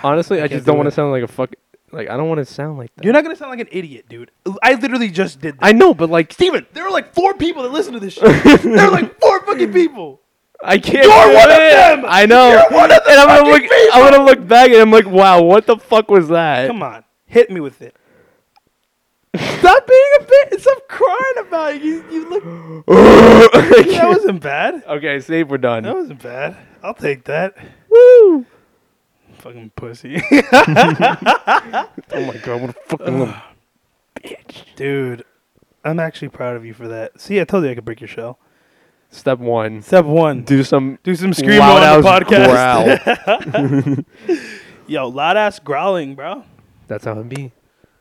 S2: Honestly, I,
S1: can't
S2: just don't
S1: do
S2: want
S1: it.
S2: to sound like a fuck. Like I don't want to sound like that.
S1: You're not going to sound like an idiot, dude. I literally just did that.
S2: I know, but like
S1: Steven, there are like four people that listen to this shit. there are like four fucking people.
S2: I can't.
S1: You're
S2: do
S1: one of
S2: it.
S1: them!
S2: I know.
S1: You're one of the
S2: and I'm gonna
S1: fucking
S2: look. I'm gonna look back and I'm like, wow, what the fuck was that?
S1: Come on. Hit me with it.
S2: Stop being a bitch. Stop crying about it. You, you look.
S1: That wasn't bad.
S2: okay, Steve, we're done.
S1: That wasn't bad. I'll take that.
S2: Woo!
S1: Fucking pussy.
S2: Oh my god, what a fucking little bitch.
S1: Dude, I'm actually proud of you for that. See, I told you I could break your shell.
S2: Step one.
S1: Step one.
S2: Do some
S1: Do some screamo on
S2: loud-ass
S1: the podcast.
S2: growl.
S1: Yo, loud ass growling, bro.
S2: That's how it be.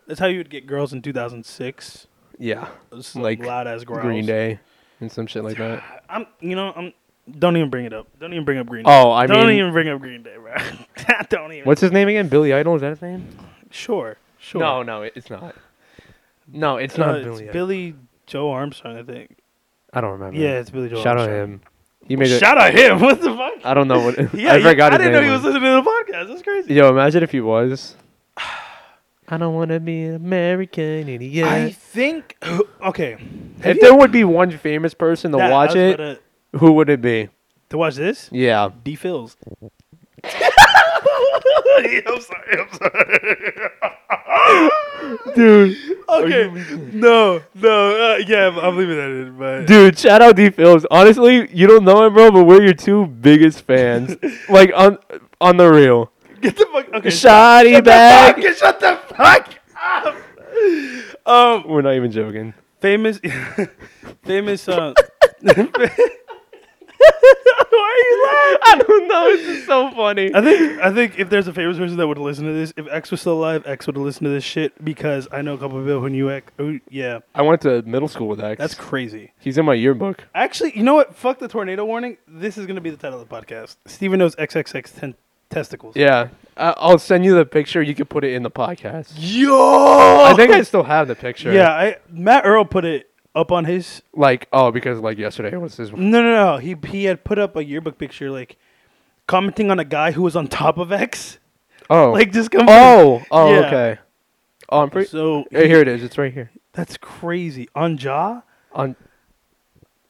S1: That's how you would get girls in 2006.
S2: Yeah.
S1: Some
S2: Like,
S1: loud ass growls.
S2: Green Day and some shit like that.
S1: I'm, you know, I'm. Don't even bring it up. Don't even bring up Green Day.
S2: Oh, I
S1: don't
S2: mean,
S1: even bring up Green Day, bro. don't even.
S2: what's his name again? Billy Idol? Is that his name?
S1: Sure, sure.
S2: No, no, it- it's not. No, it's
S1: No,
S2: not
S1: it's
S2: Billy.
S1: Billy,
S2: Idol.
S1: Joe Armstrong, I think.
S2: I don't remember.
S1: Yeah, it's Billy Joe.
S2: Shout out
S1: Armstrong.
S2: him. He made it.
S1: Shout out him. What the fuck?
S2: I don't know what.
S1: Yeah,
S2: I
S1: he-
S2: forgot
S1: I
S2: his
S1: didn't know
S2: name.
S1: he was listening to the podcast. That's crazy.
S2: Yo, imagine if he was. I don't want to be an American idiot.
S1: I think. Okay.
S2: if there would be one famous person to
S1: Nah, I
S2: watch
S1: was
S2: it,
S1: about To,
S2: who would it be?
S1: to watch this,
S2: Yeah.
S1: D Phils.
S7: I'm sorry. I'm sorry.
S2: Dude.
S1: Okay. No, no. Uh, yeah, I'm, I'm leaving that in. But
S2: Dude, shout out D Phillips. Honestly, you don't know him, bro, but we're your two biggest fans. like on on the real.
S1: get the fuck. Okay.
S2: Shoddy back.
S1: Fuck, shut the fuck up. Um,
S2: We're not even joking.
S1: famous, famous. Uh, Why
S2: I don't know. It's just so funny.
S1: are you laughing? I think I think if there's a famous person that would listen to this, if X was still alive, X would listen to this shit because I know a couple of people who knew X. Who, yeah,
S2: I went to middle school with X.
S1: that's crazy.
S2: He's in my yearbook.
S1: Actually, you know what? Fuck the tornado warning. This is gonna be the title of the podcast. Steven knows XXX ten testicles.
S2: Yeah. I- I'll send you the picture. You can put it in the podcast.
S1: Yo.
S2: I think I still have the picture.
S1: Oh. Yeah, I Matt Earl put it up on his.
S2: Like, oh, because like yesterday was his.
S1: No, no, no. He he had put up a yearbook picture, like commenting on a guy who was on top of X,
S2: Oh.
S1: like just come.
S2: oh. Oh.
S1: Yeah.
S2: Okay. Oh, I'm pretty.
S1: so
S2: Hey, here it is. It's right here.
S1: that's crazy. On Jaw,
S2: On.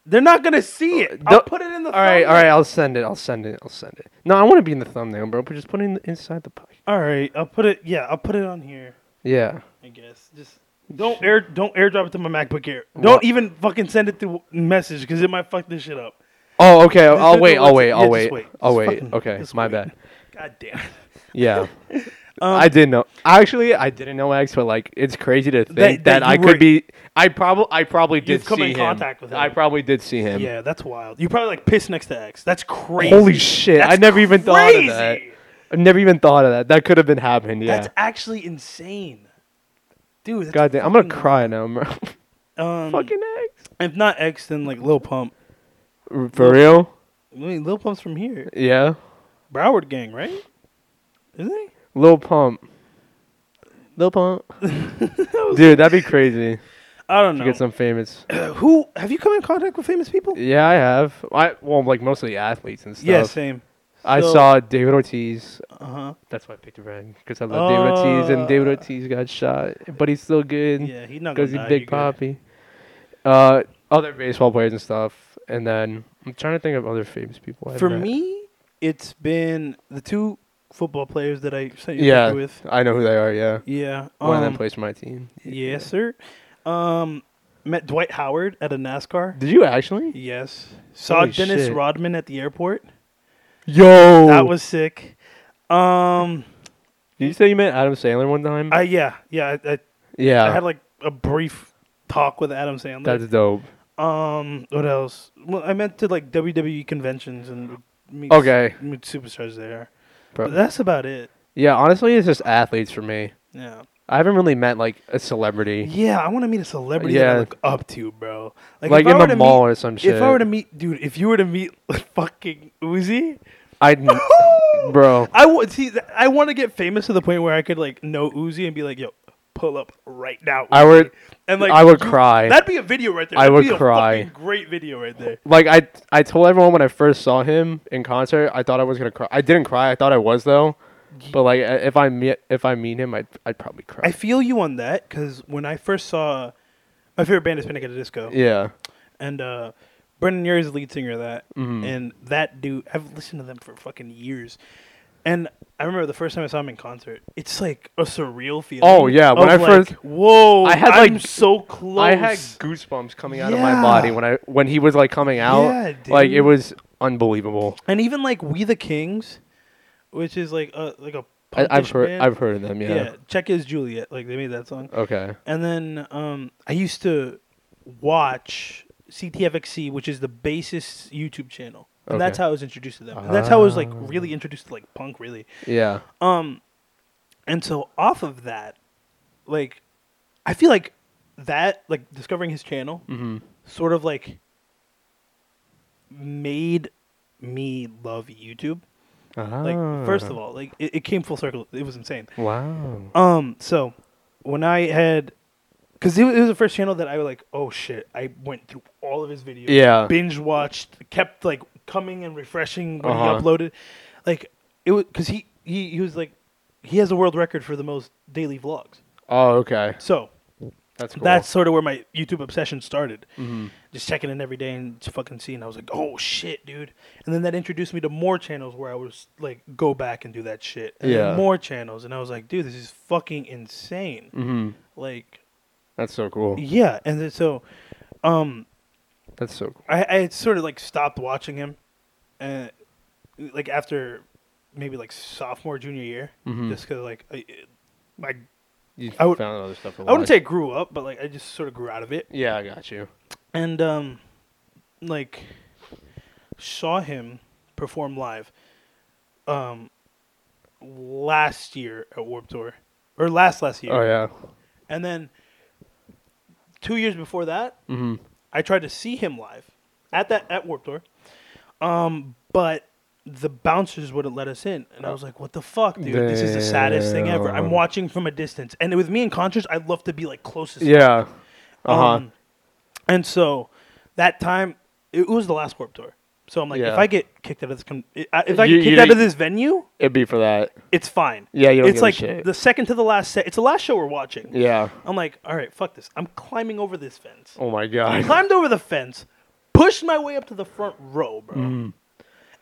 S1: they're not gonna see it. I'll
S2: Uh, Don't-
S1: put it in the.
S2: All right.
S1: thumbnail.
S2: All right. I'll send it. I'll send it. I'll send it. No, I want to be in the thumbnail, bro. But just put it in the, inside the podcast.
S1: all right. I'll put it. Yeah, I'll put it on here.
S2: Yeah.
S1: I guess just. Don't air, don't airdrop it to my MacBook Air. Don't
S2: Wha-
S1: even fucking send it through message because it might fuck this shit up.
S2: Oh, okay. I'll,
S1: Just
S2: I'll
S1: do it
S2: wait.
S1: once-
S2: I'll wait.
S1: yeah,
S2: I'll
S1: just
S2: wait.
S1: wait.
S2: I'll
S1: Just
S2: wait.
S1: fucking-
S2: Okay.
S1: just
S2: My
S1: wait.
S2: bad.
S1: God damn.
S2: Yeah.
S1: Um,
S2: I didn't know. Actually, I didn't know X, but like, it's crazy to think
S1: That-
S2: that,
S1: that
S2: I
S1: you
S2: could
S1: were-
S2: be. I probably. I probably did
S1: come
S2: see
S1: in
S2: him.
S1: contact with him.
S2: I probably did see him.
S1: Yeah, that's wild. You probably like piss next to X. That's crazy.
S2: Holy shit! I
S1: That's
S2: never even thought of that.
S1: crazy.
S2: I never even thought of that. That could have been happened. Yeah.
S1: That's actually insane, dude. That's
S2: God damn. I'm gonna
S1: fucking-
S2: cry now, bro.
S1: Um,
S2: Fucking
S1: if not X, then like Lil Pump.
S2: X. For real?
S1: I mean, Lil Pump's from here,
S2: Yeah.
S1: Broward gang, right? Isn't
S2: Lil Pump. Lil Pump.
S1: he?
S2: Dude, that'd be crazy.
S1: I don't
S2: To
S1: know.
S2: get some famous.
S1: Who have you come in contact with famous people?
S2: Yeah, I have. I well, like mostly athletes and stuff.
S1: Yeah, same.
S2: I
S1: So-
S2: saw David Ortiz.
S1: Uh huh.
S2: That's why I picked Red because I love David Ortiz, and David
S1: Uh.
S2: Ortiz got shot, but he's still good
S1: Yeah, he not
S2: because
S1: gonna die,
S2: he's Big
S1: good.
S2: Poppy. Uh, other baseball players and stuff, and then I'm trying to think of other famous people. I've
S1: For
S2: met.
S1: me, it's been the two football players that I sent you a
S2: yeah,
S1: picture with.
S2: I know who they are. Yeah,
S1: Yeah,
S2: one of them
S1: um,
S2: plays for my team.
S1: Yes, sir. Um, met Dwight Howard at a NASCAR.
S2: Did you actually?
S1: Yes. Saw
S2: Holy
S1: Dennis
S2: shit.
S1: Rodman at the airport.
S2: Yo,
S1: That was sick. Um,
S2: Did you say you met Adam Sandler one time?
S1: I yeah yeah I, I,
S2: yeah,
S1: I had like a brief talk with Adam
S2: that's
S1: Sandler.
S2: dope.
S1: um, what else? Well, I meant to like WWE conventions and meet
S2: Okay.
S1: meet superstars there.
S2: Bro.
S1: But that's about it.
S2: yeah, honestly, it's just athletes for me.
S1: Yeah.
S2: I haven't really met like a celebrity,
S1: Yeah, I want to meet a celebrity that
S2: Yeah.
S1: I look up to, bro.
S2: like,
S1: if I
S2: in
S1: were
S2: the
S1: to
S2: mall
S1: Meet,
S2: or some shit.
S1: If I were to meet, dude, if you were to meet fucking Uzi,
S2: I'd bro.
S1: I would see. th- I want to get famous to the point where I could like know Uzi and be like, "Yo, pull up right now."
S2: I
S1: Uzi."
S2: would,
S1: and
S2: I would
S1: you-
S2: cry.
S1: That'd be a video right there.
S2: I
S1: That'd
S2: would
S1: be a
S2: cry.
S1: fucking great video right there.
S2: like I, I told everyone when I first saw him in concert, I thought I was gonna cry. I didn't cry. I thought I was though. But like, I- if I meet, if I meet him, I'd, I'd probably
S1: I
S2: cry.
S1: feel you on that because when I first saw my favorite band is Panic at the Disco,
S2: yeah.
S1: and uh, Brendan Urie is the lead singer of that,
S2: Mhm.
S1: and that dude. I've listened to them for fucking years, and I remember the first time I saw him in concert. It's like a surreal feeling.
S2: Oh, yeah,
S1: of,
S2: when I
S1: like,
S2: first-
S1: whoa,
S2: I had,
S1: I'm
S2: like,
S1: so close.
S2: I had goosebumps coming out of
S1: Yeah.
S2: my body when I when he was like coming out.
S1: Yeah,
S2: Like it
S1: dude.
S2: was unbelievable.
S1: and even like We the Kings, which is like a like a
S2: I, I've
S1: punkish
S2: heard
S1: band.
S2: I've heard of them. Yeah.
S1: Check is Juliet. Like they made that song.
S2: Okay.
S1: And then um, I used to watch CTFXC, which is the bassist YouTube channel. And that's
S2: Okay.
S1: how I was introduced to them. And that's how I was like really introduced to like punk really.
S2: Yeah.
S1: Um and so off of that, like I feel like that like discovering his channel
S2: Mm-hmm.
S1: sort of like made me love YouTube. Like first of all, like it, it came full circle. It was insane.
S2: Ah. Wow.
S1: Um, so when I had, because it, wa- it was the first channel that I was like, oh shit, I went through all of his videos,
S2: Yeah.
S1: binge watched, kept like coming and refreshing when
S2: Uh-huh.
S1: he uploaded, like it was because he, he he was like, he has a world record for the most daily vlogs,
S2: Oh, okay.
S1: so
S2: That's cool.
S1: that's sort of where my YouTube obsession started.
S2: Mhm.
S1: Just checking in every day and just fucking seeing, I was like, oh shit, dude. And then that introduced me to more channels where I was like, go back and do that shit. And then
S2: Yeah.
S1: More channels, and I was like, dude, this is fucking insane.
S2: Mhm.
S1: Like,
S2: That's so cool.
S1: yeah, and then, so, um,
S2: That's so cool.
S1: I, I had sort of like stopped watching him, and like after maybe like sophomore junior year,
S2: Mhm.
S1: just because like I, I,
S2: You
S1: I would-
S2: found other stuff. to
S1: I wouldn't
S2: watch.
S1: say I grew up, but like I just sort of grew out of it.
S2: Yeah, I got you.
S1: and um, like saw him perform live um last year at Warp Tour or last last year,
S2: Oh yeah.
S1: and then two years before that,
S2: Mm-hmm.
S1: I tried to see him live at that at Warp Tour, um, but the bouncers wouldn't let us in, and I was like, "What the fuck, dude? This is the saddest thing ever." I'm
S2: Damn.
S1: watching from a distance, and with me in contrast, I love to be like closest.
S2: Yeah. Uh huh.
S1: Um, and so that time, it was the last Warp Tour. So I'm like,
S2: Yeah.
S1: if I get kicked out of this, com- I- if I
S2: You-
S1: get kicked
S2: you-
S1: out of this venue,
S2: It'd be for that.
S1: it's fine.
S2: Yeah, you don't
S1: it's
S2: give a
S1: like
S2: shit.
S1: the second to the last set. It's the last show we're watching.
S2: Yeah.
S1: I'm like, all right, fuck this. I'm climbing over this fence.
S2: Oh my
S1: I
S2: god.
S1: climbed over the fence, pushed my way up to the front row, bro.
S2: Mm-hmm.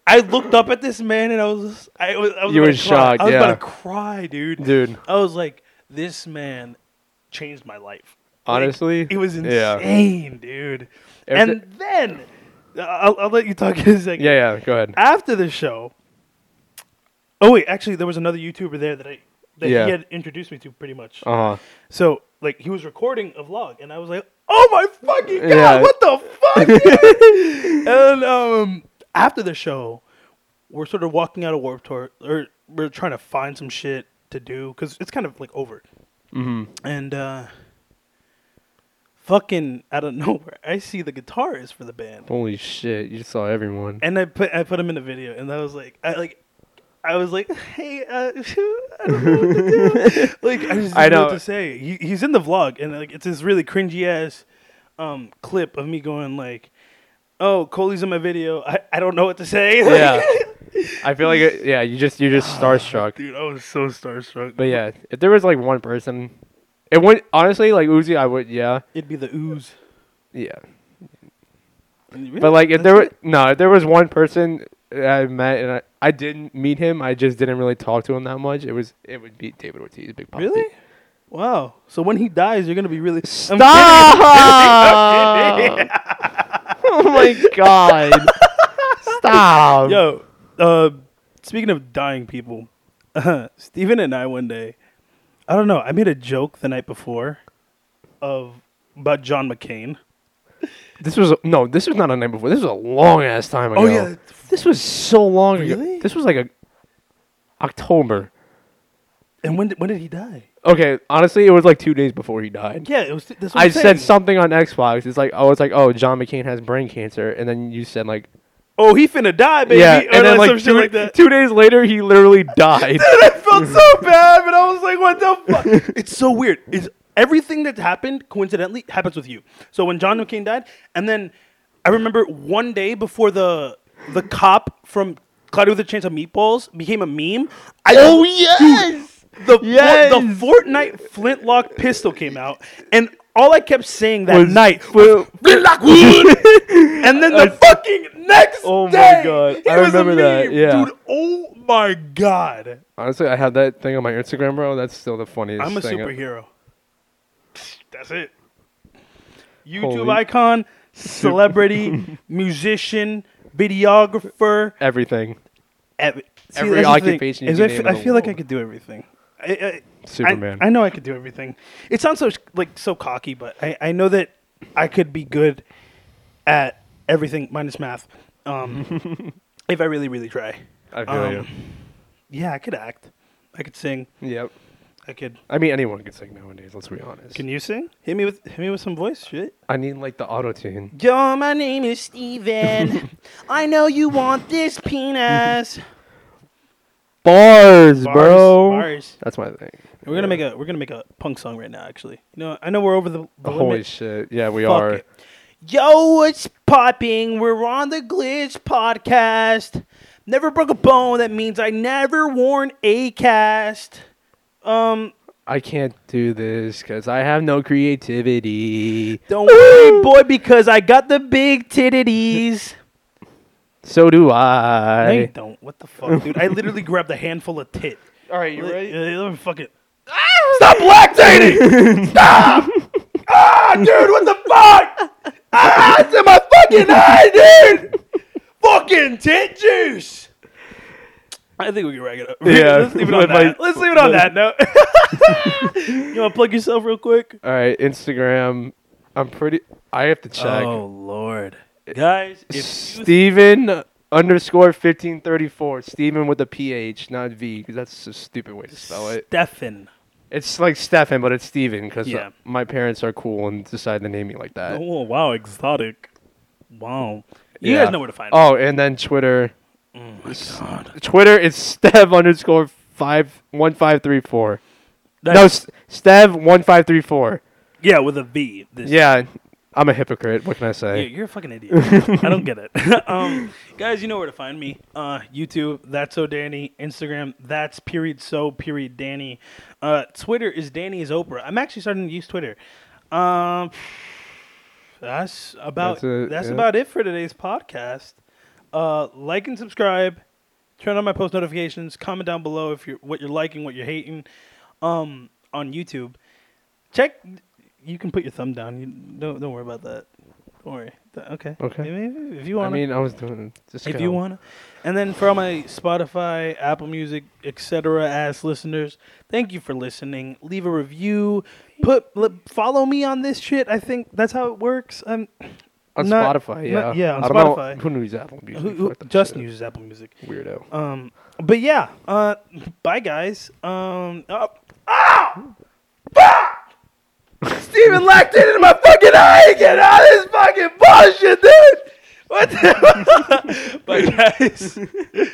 S1: I looked up at this man and I was, just- I was, I was
S2: You
S1: about
S2: were
S1: to cry.
S2: shocked,
S1: I was
S2: yeah.
S1: about to cry, dude.
S2: Dude.
S1: I was like, this man changed my life. Like,
S2: Honestly.
S1: it was
S2: Yeah.
S1: insane, dude.
S2: Every-
S1: and then uh, I'll, I'll let you talk in a second.
S2: Yeah. Yeah. Go ahead.
S1: After the show, oh wait, actually, there was another YouTuber there that I that
S2: Yeah.
S1: he had introduced me to pretty much.
S2: Uh huh.
S1: So like he was recording a vlog, and I was like, "Oh my fucking god,
S2: Yeah.
S1: what the fuck!" and um, after the show, we're sort of walking out of Warped Tour, or we're trying to find some shit to do because it's kind of like over.
S2: Mm-hmm.
S1: And uh, fucking out of nowhere, I see the guitarist for the band,
S2: Holy shit! You saw everyone.
S1: and I put I put him in the video, and I was like, I like. I was like, "Hey, uh, I don't know what to do. like, I just didn't
S2: I
S1: know. what
S2: know.
S1: to say." He, he's in the vlog, and like, it's this really cringy ass um, clip of me going like, "Oh, Coley's in my video. I, I don't know what to say." Like,
S2: Yeah. I feel like it, yeah. You just you're just starstruck.
S1: Ah, dude, I was so starstruck.
S2: But yeah, if there was like one person, it would honestly like Uzi. I would yeah
S1: it'd be the ooze.
S2: yeah. But like if there were no, if there was one person that I met and I, I didn't meet him, I just didn't really talk to him that much. It was it would be David Ortiz, Big Poppy.
S1: really, wow. So when he dies, you're gonna be really I'm
S2: Stop! oh my god! Stop!
S1: Yo, uh, speaking of dying people, Steven and I one day, I don't know, I made a joke the night before of about John McCain.
S2: This was no, this was not a night before. This was a long ass time ago.
S1: Oh, yeah.
S2: this was so long
S1: Really?
S2: ago. This was like a October.
S1: And when did, when did he die?
S2: Okay, honestly, it was like two days before he died.
S1: Yeah, it was. That's what
S2: I
S1: I'm
S2: said
S1: saying.
S2: something on Xbox. It's like, oh, it's like, oh, John McCain has brain cancer, and then you said like,
S1: oh, he finna die, baby.
S2: yeah,
S1: or
S2: and then like
S1: some shit
S2: two,
S1: like that.
S2: two days later, he literally died.
S1: I felt so bad, but I was like, what the fuck? it's so weird. It's everything that happened coincidentally happens with you. So when John McCain died, and then I remember one day before the the cop from Cloudy with a Chance of Meatballs became a meme. I, oh yes, the
S2: Yes!
S1: the Fortnite flintlock pistol came out, and all I kept saying that
S2: Was-
S1: night
S2: Well,
S1: and then the fucking next
S2: Oh my
S1: day,
S2: God,
S1: he
S2: I
S1: was a
S2: remember that,
S1: meme.
S2: yeah.
S1: dude. Oh my god,
S2: honestly, I had that thing on my Instagram, bro. That's still the funniest.
S1: I'm a
S2: thing.
S1: superhero. That's it. YouTube
S2: Holy-
S1: icon, celebrity, musician, videographer,
S2: Everything.
S1: ev- See,
S2: Every
S1: that's the thing,
S2: occupation you
S1: is
S2: can
S1: I
S2: name
S1: fe-
S2: in
S1: I
S2: the
S1: feel like I
S2: world.
S1: could do everything. I- I,
S2: Superman.
S1: I, I know I could do everything. It sounds so like so cocky, but I, I know that I could be good at everything minus math. Um, if I really, really try.
S2: I feel
S1: Um, Yeah, I could act. I could sing.
S2: you. Yep.
S1: I could.
S2: I mean, anyone can sing nowadays. Let's be honest.
S1: Can you sing? Hit me with hit me with some voice shit.
S2: I need like the auto tune.
S3: Yo, my name is Steven. I know you want this penis.
S2: Bars,
S1: Bars,
S2: bro.
S1: bars.
S2: That's my thing.
S1: We're gonna make a we're gonna make a punk song right now. Actually, you know I know we're over the, the
S2: Holy
S1: limit.
S2: shit! Yeah, we
S1: Fuck
S2: are.
S1: it.
S3: Yo, what's popping? We're on the Glitch podcast. Never broke a bone. That means I never worn a cast. Um,
S2: I can't do this because I have no creativity.
S3: don't worry, boy, because I got the big titties.
S2: So do
S1: No, you
S2: I.
S1: don't. What the fuck, dude? I literally grabbed a handful of tit.
S2: All right,
S1: Let- uh, let me fuck it.
S2: uh,
S6: Stop lactating! Stop! ah, dude, what the fuck? Ah, it's in my fucking eye, dude! fucking tit juice!
S1: I think we can rag it up.
S2: Yeah,
S1: let's leave it on
S2: but, like,
S1: that. Let's leave it on that note. you want to plug yourself real quick?
S2: All right, Instagram. I'm pretty. I have to check.
S1: Oh. lord, guys! If you
S2: Steven underscore fifteen thirty four. Steven with a ph, not v, because that's a stupid way to spell it.
S1: Stefan,
S2: It's like Stefan, but it's Steven because
S1: Yeah.
S2: my parents are cool and decided to name me like that.
S1: oh wow, exotic, wow. You
S2: Yeah.
S1: guys know where to find me.
S2: Oh, and then Twitter. S- Twitter is Stev underscore five one five three four. No,
S1: That's-
S2: S- Stev one five three four.
S1: yeah, with a V. This
S2: Yeah, I'm a hypocrite. What can I
S1: You're,
S2: say?
S1: you're a fucking idiot. I don't get it. um, guys, you know where to find me. Uh, YouTube, that's so Danny. Instagram, that's period so period Danny. Uh, Twitter is Danny is Oprah. I'm actually starting to use Twitter. Um, that's about
S2: That's
S1: that's,
S2: it, yeah.
S1: about it for today's podcast. Uh, like and subscribe. Turn on my post notifications. Comment down below if you're what you're liking, what you're hating. Um, on YouTube, check. You can put your thumb down. You don't don't worry about that. Don't worry. Th- Okay.
S2: Okay.
S1: Maybe if you
S2: I
S1: want.
S2: mean, I was doing just
S1: if
S2: go.
S1: you want. And then for all my Spotify, Apple Music, etc. ass listeners, thank you for listening. Leave a review. Put li- follow me on this shit. I think that's how it works. Um,
S2: on
S1: not-
S2: Spotify. Yeah,
S1: not- yeah, on
S2: I don't know
S1: Spotify.
S2: who knows Apple Music?
S1: who, who,
S2: Fuck that
S1: Justin
S2: shit.
S1: uses Apple Music.
S2: weirdo.
S1: Um, but yeah. Uh, bye guys. Um, uh,
S6: Steven lactated in my fucking eye again! Ah, this fucking bullshit, dude! What the
S1: bye guys.